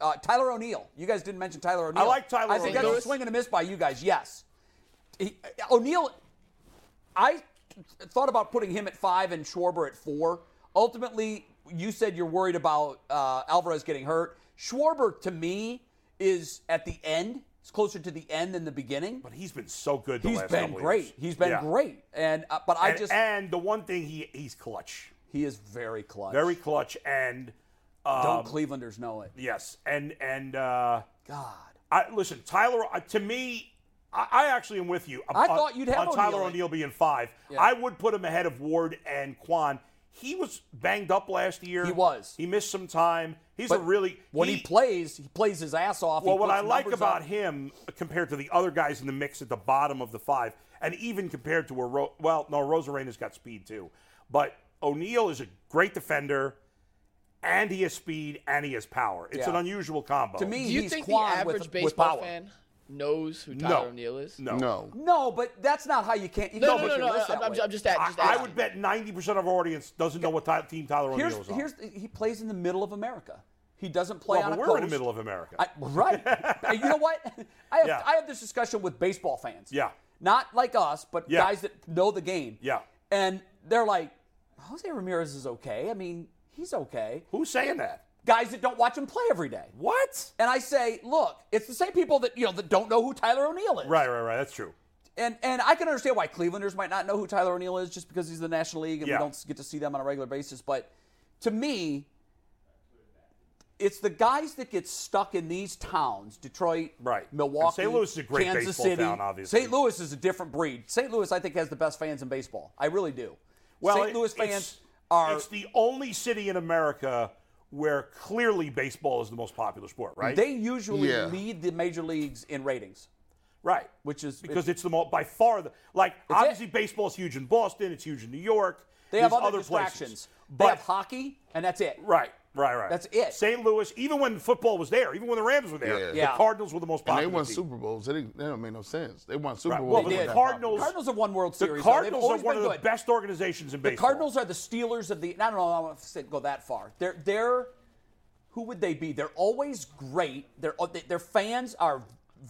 A: uh, Tyler O'Neill. You guys didn't mention Tyler O'Neill.
B: like Tyler
A: I think that's
C: O'Neill.
A: a swing and a miss by you guys. Yes, he, uh, O'Neill. I thought about putting him at five and Schwarber at four. Ultimately, you said you're worried about uh, Alvarez getting hurt. Schwarber, to me, is at the end. It's closer to the end than the beginning.
B: But he's been so good. The
A: He's
B: last
A: been
B: couple of
A: great.
B: years.
A: He's been
B: Yeah.
A: great. And uh, but I
B: and,
A: just
B: and the one thing he he's clutch,
A: he is very clutch.
B: very um, clutch, and
A: Don't Clevelanders know it?
B: yes, and and uh,
A: God.
B: I listen, Tyler. uh, To me, I, I actually am with you.
A: I thought you'd have
B: on Tyler
A: O'Neal.
B: O'Neill being five. I would put him ahead of Ward and Quan. He was banged up last year.
A: He was.
B: He missed some time. He's a
A: But
B: really
A: when he, plays, he plays his ass off. He
B: Well, what
A: puts
B: I like
A: numbers
B: about
A: up.
B: him compared to the other guys in the mix at the bottom of the five, and even compared to a Ro- well, no, Rosarena's got speed too, but O'Neal is a great defender, and he has speed and he has power. It's
A: Yeah.
B: an unusual combo.
A: to me,
C: Do you
A: he's
C: think the
A: Quan
C: average
A: with, with
C: baseball
A: power.
C: fan knows who Tyler O'Neill is?
B: no,
D: No.
A: No, but that's not how you can't. You
C: no,
A: can't
C: no,
A: put
C: no. no,
A: your list
C: I'm,
A: that
C: I'm,
A: way.
C: I'm just, at,
B: I,
C: just
B: I
C: asking.
B: would bet ninety percent of our audience doesn't know what ty- team Tyler O'Neill
A: here's
B: is on.
A: here's he plays in the middle of America. He doesn't play
B: well,
A: on
B: but
A: a
B: we're
A: coast.
B: in the middle of America.
A: I, [laughs] right. And you know what? I have
B: Yeah.
A: I have this discussion with baseball fans.
B: Yeah.
A: Not like us, but
B: Yeah.
A: guys that know the game.
B: Yeah.
A: And they're like, Jose Ramirez is okay. I mean, he's okay.
B: Who's saying that?
A: Guys that don't watch him play every day.
B: What?
A: And I say, look, it's the same people that you know that don't know who Tyler O'Neill is.
B: Right, right, right. That's true.
A: and and I can understand why Clevelanders might not know who Tyler O'Neill is just because he's the National League and
B: Yeah.
A: we don't get to see them on a regular basis. But to me, it's the guys that get stuck in these towns: Detroit,
B: Right. And
A: Milwaukee,
B: St. Louis is a great
A: Kansas
B: baseball
A: City.
B: town, obviously.
A: St. Louis is a different breed. St. Louis, I think, has the best fans in baseball. I really do. St.
B: it-
A: Louis
B: it's-
A: fans are
B: It's the only city in America where clearly baseball is the most popular sport, right?
A: they usually
D: Yeah.
A: lead the major leagues in ratings,
B: right.
A: which is
B: Because it's, the most by far the like obviously baseball's huge in Boston, it's huge in New York.
A: they have
B: there's
A: other,
B: places.
A: distractions.
B: But
A: they have hockey, and that's it.
B: right, right, right.
A: That's it.
B: St. Louis, even when football was there, even when the Rams were there,
D: Yeah.
B: the
A: Yeah.
B: Cardinals were the most
D: And
B: popular.
D: they won
B: team.
D: Super Bowls. They didn't, that don't make no sense. They won Super
B: Right.
D: Bowls.
B: Well,
D: with
A: They
B: the
A: did.
D: that
B: Cardinals-
D: problem.
A: Cardinals have won World
B: The
A: Series. though. They've
B: Cardinals are
A: always
B: one
A: been
B: of the
A: good.
B: best organizations in
A: The
B: baseball.
A: Cardinals are the Steelers of the. I don't know. I don't want to go that far. They're they're who would they be? They're always great. They're oh, they- their fans are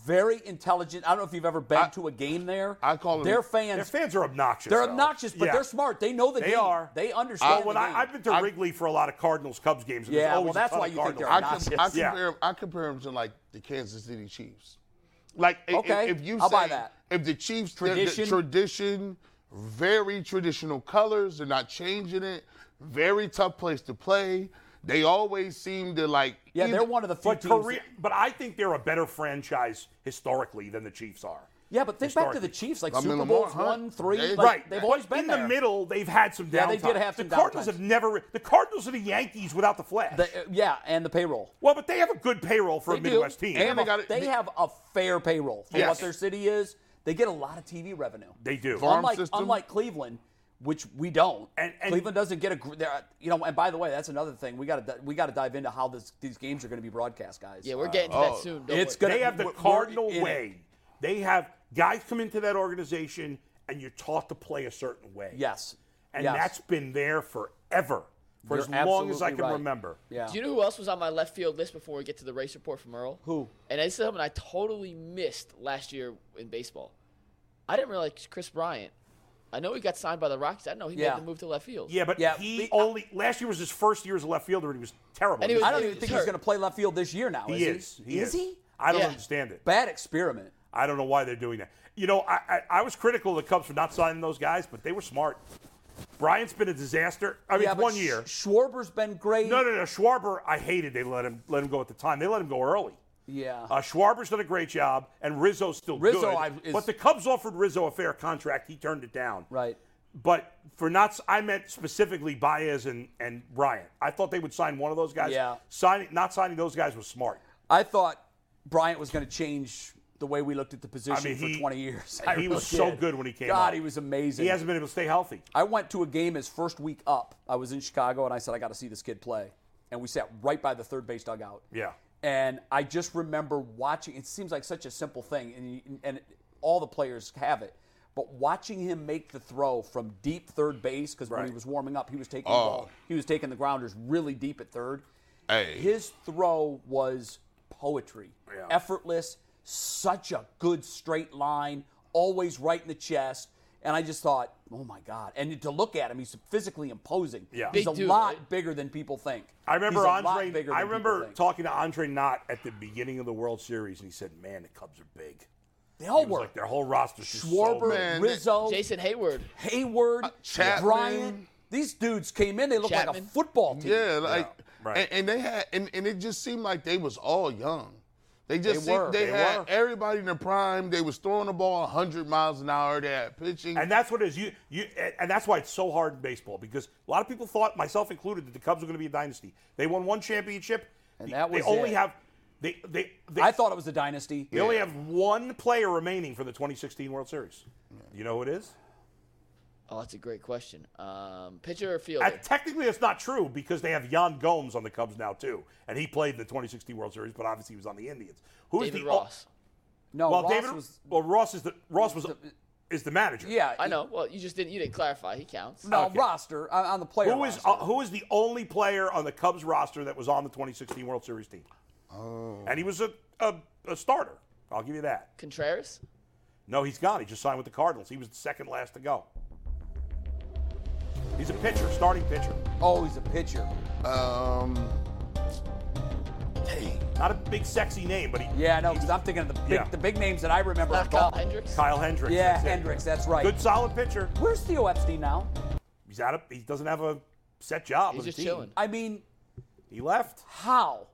A: very intelligent. I don't know if you've ever been
D: I-
A: to a game there.
D: I call them-
A: their
B: their
A: fans.
B: fans are obnoxious.
A: They're
B: though.
A: obnoxious, but
B: Yeah.
A: they're smart. They know the
B: They
A: game.
B: are.
A: They understand.
B: When
A: the
B: I,
A: game.
B: I've been to Wrigley for a lot of Cardinals Cubs games. And
A: Yeah,
B: there's
A: well,
B: always a
A: that's
B: ton
A: why
B: of
A: you think they're
B: Cardinals
D: I,
B: fans.
D: com-
A: obnoxious.
D: I
B: Yeah.
D: compare, I compare them to like the Kansas City Chiefs. Like i- i-
A: Okay,
D: if, you
A: I'll
D: say
A: buy that.
D: if the Chiefs they're- they're
A: Tradition.
D: tradition, very traditional colors, they're not changing it. Very tough place to play. They always seem to like
A: Yeah,
D: either-
A: they're one of the few
B: But,
A: teams.
B: Korea, but I think they're a better franchise historically than the Chiefs are.
A: yeah, but think back to the
B: Historically.
A: Chiefs, like
D: I mean,
A: Super
D: Lamar
A: Bowls
D: Hunt,
A: one, three.
D: they-
A: like,
B: right.
A: They've
B: but
A: always been
B: in
A: there.
B: the middle. They've had some downtime.
A: Yeah, they did have some
B: The Cardinals
A: downtimes.
B: have never. The Cardinals are the Yankees without the Flash.
A: The- uh, yeah, and the payroll.
B: well, but they have a good payroll for a
A: They do.
B: Midwest team.
A: They, have,
D: they
A: a,
D: got it-
A: they
D: they-
A: have a fair payroll for
D: Yes.
A: what their city is. They get a lot of TV revenue.
B: They do.
D: Farm
A: unlike,
D: system.
A: unlike Cleveland, which we don't.
B: And- and-
A: Cleveland doesn't get a. gr- they're- You know, and by the way, that's another thing we got to we got to dive into how this, these games are going to be broadcast, guys.
C: Yeah, we're getting to that soon. Don't
A: it's
C: worry.
A: gonna-
B: they have the
A: we're- we're
B: cardinal
A: in it.
B: way. They have guys come into that organization and you're taught to play a certain way.
A: Yes.
B: And
A: Yes.
B: that's been there forever. For
A: You're
B: as long as I
A: absolutely
B: can
A: right.
B: remember.
A: Yeah.
C: Do you know who else was on my left field list before we get to the race report from Earl?
A: Who?
C: And this is something I totally missed last year in baseball. I didn't realize Chris Bryant. I know he got signed by the Rockies. I didn't know he
A: Yeah.
C: made the move to left field.
B: Yeah, but
A: Yeah,
B: he
A: we- uh,
B: only last year was his first year as a left fielder and he was terrible.
C: And he was-
A: I don't
C: He
A: even think
C: hurt.
A: he's going to play left field this year now.
B: he
A: is,
B: is. He is.
A: he?
B: I don't
C: Yeah.
B: understand it.
A: Bad experiment.
B: I don't know why they're doing that. You know, I, I, I was critical of the Cubs for not signing those guys, but they were smart. Bryant's been a disaster. I mean,
A: yeah,
B: it's
A: but
B: one
A: Sch-
B: year.
A: Schwarber's been great.
B: No, no, no. Schwarber, I hated they let him let him go at the time. They let him go early.
A: Yeah.
B: Uh, Schwarber's done a great job, and Rizzo's still
A: Rizzo,
B: good.
A: I- is-
B: but the Cubs offered Rizzo a fair contract. He turned it down.
A: right.
B: But for not, s- I meant specifically Baez and and Bryant. I thought they would sign one of those guys.
A: Yeah.
B: Signing, not signing those guys was smart.
A: I thought Bryant was going to change the way we looked at the position
B: mean,
A: for
B: he-
A: 20 years. [laughs]
B: he was so good when he came
A: God,
B: up.
A: he was amazing.
B: He hasn't been able to stay healthy.
A: I went to a game his first week up. I was in Chicago and I said, I got to see this kid play. And we sat right by the third base dugout.
B: Yeah.
A: And I just remember watching. It seems like such a simple thing, and, you- and all the players have it. But watching him make the throw from deep third base, because when he
B: Right. Oh.
A: was warming up, he was taking the ball, he was taking the grounders really deep at third.
D: Hey.
A: His throw was poetry, effortless, such a good straight line, always right in the chest. And I just thought, oh my God. And to look at him, he's physically imposing.
B: Yeah.
A: He's
C: Big
A: a
C: dude,
A: lot
C: right?
A: bigger than people think.
B: I remember
A: He's a lot
B: Andre.
A: bigger
B: I
A: than people
B: remember
A: think.
B: talking to Andre Knott at the beginning of the World Series, and he said, "Man, the Cubs are big."
A: They all
B: It was
A: were.
B: like their whole roster.
A: Schwarber,
D: Man,
A: Rizzo,
C: Jason Hayward.
A: Hayward,
D: Uh, Chapman.
A: Bryant. These dudes came in. They looked like a
C: Chapman.
A: football team.
D: Yeah, like
B: right.
D: and, and they had and, and it just seemed like they was all young. They just
A: They
D: seemed-
A: were,
D: they,
A: they
D: had
A: were.
D: everybody in their prime. They was throwing the ball 100 miles an hour. They had pitching.
B: And that's what it is. You, you, and that's why it's so hard in baseball because a lot of people thought, myself included, that the Cubs were going to be a dynasty. They won one championship,
A: And that was
B: They only
A: it.
B: have, they, they, they,
A: I thought it was a dynasty.
B: they only have one player remaining for the 2016 World Series. You know who it is?
C: Oh, that's a great question. Um, pitcher or fielder?
B: Uh, technically, it's not true because they have Jan Gomes on the Cubs now too, and he played in the 2016 World Series, but obviously he was on the Indians. Who's
C: David
B: the
C: Ross.
A: No,
B: well,
A: Oh, Ross
B: David.
A: was.
B: well, Ross is the Ross was is the manager.
A: Yeah,
C: I know. Well, you just didn't. You didn't clarify. He counts.
A: No
B: Okay.
A: roster on, on the player.
B: Who is
A: roster.
B: uh, who is the only player on the Cubs roster that was on the 2016 World Series team? Oh. And he was a, a, a starter. I'll give you that.
C: Contreras.
B: No, he's gone. He just signed with the Cardinals. He was the second last to go. He's a pitcher, starting pitcher.
A: Oh, he's a pitcher.
D: um,
B: Not a big sexy name, but he
A: Yeah, I know. Because I'm thinking of the big,
B: Yeah.
A: the big names that I remember.
C: Not
A: Are
C: Kyle
A: gone.
C: Hendricks.
B: Kyle Hendricks.
A: Yeah,
B: that's it.
A: Hendricks. That's right.
B: Good solid pitcher.
A: Where's Theo Epstein now?
B: He's out of he doesn't have a set job. with
C: He's
B: the
C: just
B: team.
C: chilling.
A: I mean,
B: He left.
A: how?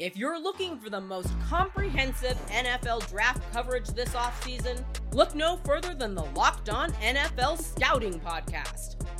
E: If you're looking for the most comprehensive NFL draft coverage this offseason, look no further than the Locked On NFL Scouting Podcast.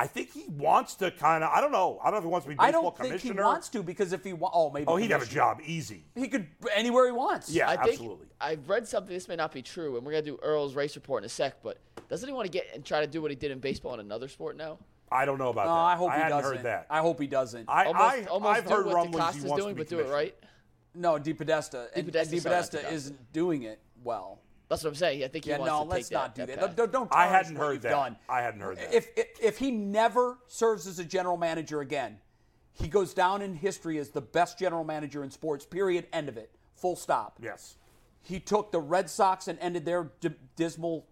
B: I think he wants to kind of. I don't know. I don't know if he wants to be baseball
A: I don't think
B: commissioner.
A: he wants to because if he wa- oh maybe
B: oh, he'd have a
A: commissioner.
B: job
C: [laughs]
B: easy.
A: He could anywhere he wants.
B: Yeah,
C: I think
B: absolutely.
C: I've read something. This may not be true, and we're gonna do Earl's race report in a sec. But doesn't he want to get and try to do what he did in baseball in another sport now?
B: I don't know about
A: No,
B: that.
A: Uh, I hope he
B: hadn't
A: doesn't.
B: heard that.
A: I hope he doesn't.
B: I,
C: Almost,
B: I,
C: almost
B: I've
C: do
B: heard
C: what
B: rumblings he
C: DaCosta's
B: wants to
C: doing,
B: be
C: but do it
B: commissioner.
C: right.
A: no, Di Podesta. and-
C: Podesta's
A: and Di
C: not on
A: Podesta
C: DiCosta.
A: isn't doing it. well.
C: That's what I'm saying. I think he
A: Yeah,
C: wants
A: no,
C: to
A: let's
C: take
A: not
C: that,
A: do that.
C: path.
A: Don't, don't
B: I
A: tarnish
B: hadn't
A: what
B: heard
A: you've
B: that.
A: Done.
B: I hadn't heard that.
A: If, if if he never serves as a general manager again, he goes down in history as the best general manager in sports. Period. End of it. Full stop.
B: Yes.
A: He took the Red Sox and ended their d- dismal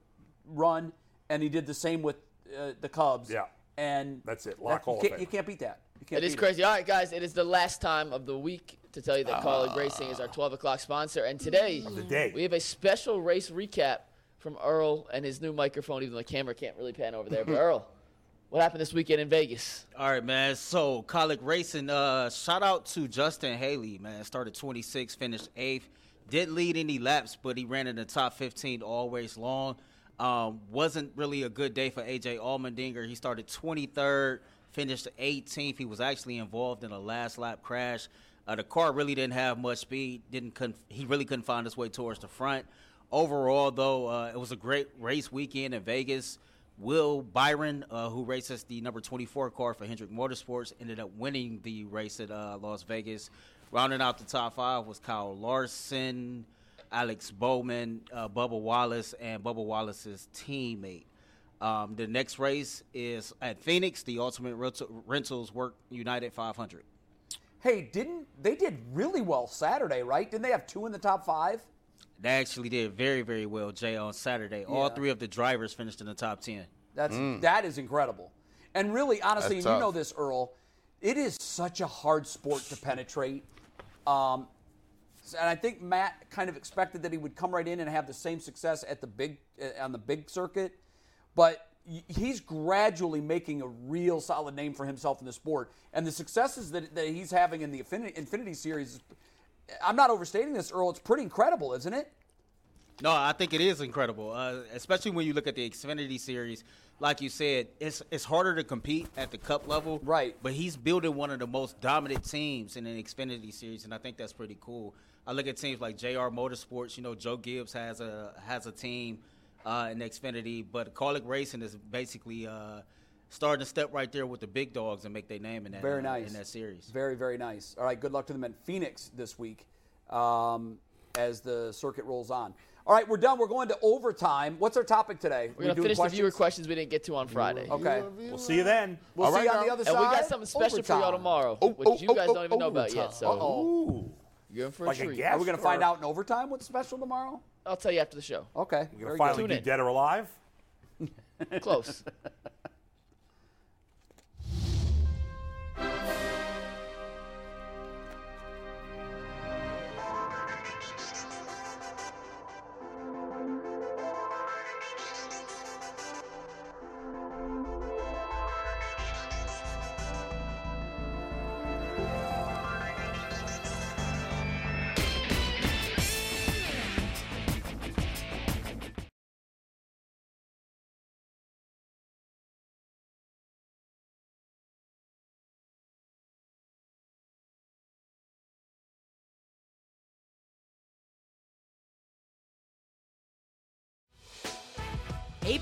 A: run, and he did the same with uh, the Cubs.
B: Yeah.
A: And
B: That's it. Lock
A: you,
B: Hall of
A: can't,
B: Famer.
A: you can't beat that. You can't
C: It is
A: beat
C: crazy. All right, guys, it is the last time of the week to tell you that Carla Racing is our 12 o'clock sponsor. And today,
B: The day.
C: we have a special race recap from Earl and his new microphone, even though the camera can't really pan over there. But Earl, what happened this weekend in Vegas?
G: All right, man. So, colic racing. Uh, shout out to Justin Haley, man. Started 26, finished eighth. Didn't lead any laps, but he ran in the top 15 all race long. Um, wasn't really a good day for AJ Allmendinger. He started 23rd, finished 18th. He was actually involved in a last lap crash. Uh, the car really didn't have much speed. Didn't con- he really couldn't find his way towards the front. Overall, though, uh, it was a great race weekend in Vegas. Will Byron, uh, who races the number 24 car for Hendrick Motorsports, ended up winning the race at uh, Las Vegas. Rounding out the top five was Kyle Larson, Alex Bowman, uh, Bubba Wallace, and Bubba Wallace's teammate. Um, the next race is at Phoenix, the Ultimate Rental- Rentals Work United 500.
A: Hey, didn't they did really well Saturday, right? Didn't they have two in the top five?
G: They actually did very, very well, Jay, on Saturday. All three of the drivers finished in the top 10.
A: That's that is incredible. And really, honestly, and
D: Mm.
A: you
D: That's tough.
A: know this, Earl, it is such a hard sport to penetrate. Um, and I think Matt kind of expected that he would come right in and have the same success at the big uh, on the big circuit, but y- he's gradually making a real solid name for himself in the sport. And the successes that, that he's having in the Infinity, Infinity Series, is- I'm not overstating this, Earl. It's pretty incredible, isn't it?
G: No, I think it is incredible, uh, especially when you look at the Xfinity series. Like you said, it's it's harder to compete at the cup level,
A: Right.
G: But he's building one of the most dominant teams in an Xfinity series, and I think that's pretty cool. I look at teams like JR Motorsports. You know, Joe Gibbs has a has a team uh, in Xfinity, but Carlick Racing is basically uh, starting to step right there with the big dogs and make their name in that
A: Very
G: uh,
A: nice.
G: in that series.
A: Very, very nice. All right, good luck to them in Phoenix this week um, as the circuit rolls on. All right, we're done. We're going to overtime. What's our topic today?
C: We're going to finish the viewer questions we didn't get to on Friday.
A: Okay.
B: We'll see you then.
A: We'll
D: All
A: see
D: right,
A: you on
D: now.
A: the other
C: And
A: side.
C: we got something special for y'all
A: Overtime.
C: tomorrow,
D: Oh,
C: which
D: oh,
C: you
D: oh,
C: guys
D: oh,
C: don't even know about yet.
D: overtime.
C: So
B: Oh. Ooh.
C: you're in for a
B: Like a
C: treat.
B: gas.
A: Are we going to find out in overtime what's special tomorrow?
C: I'll tell you after the show.
A: Okay.
B: We're gonna
A: Very
B: finally
A: good.
C: Tune
B: do
C: in.
B: dead or alive.
C: Close.
E: Hey,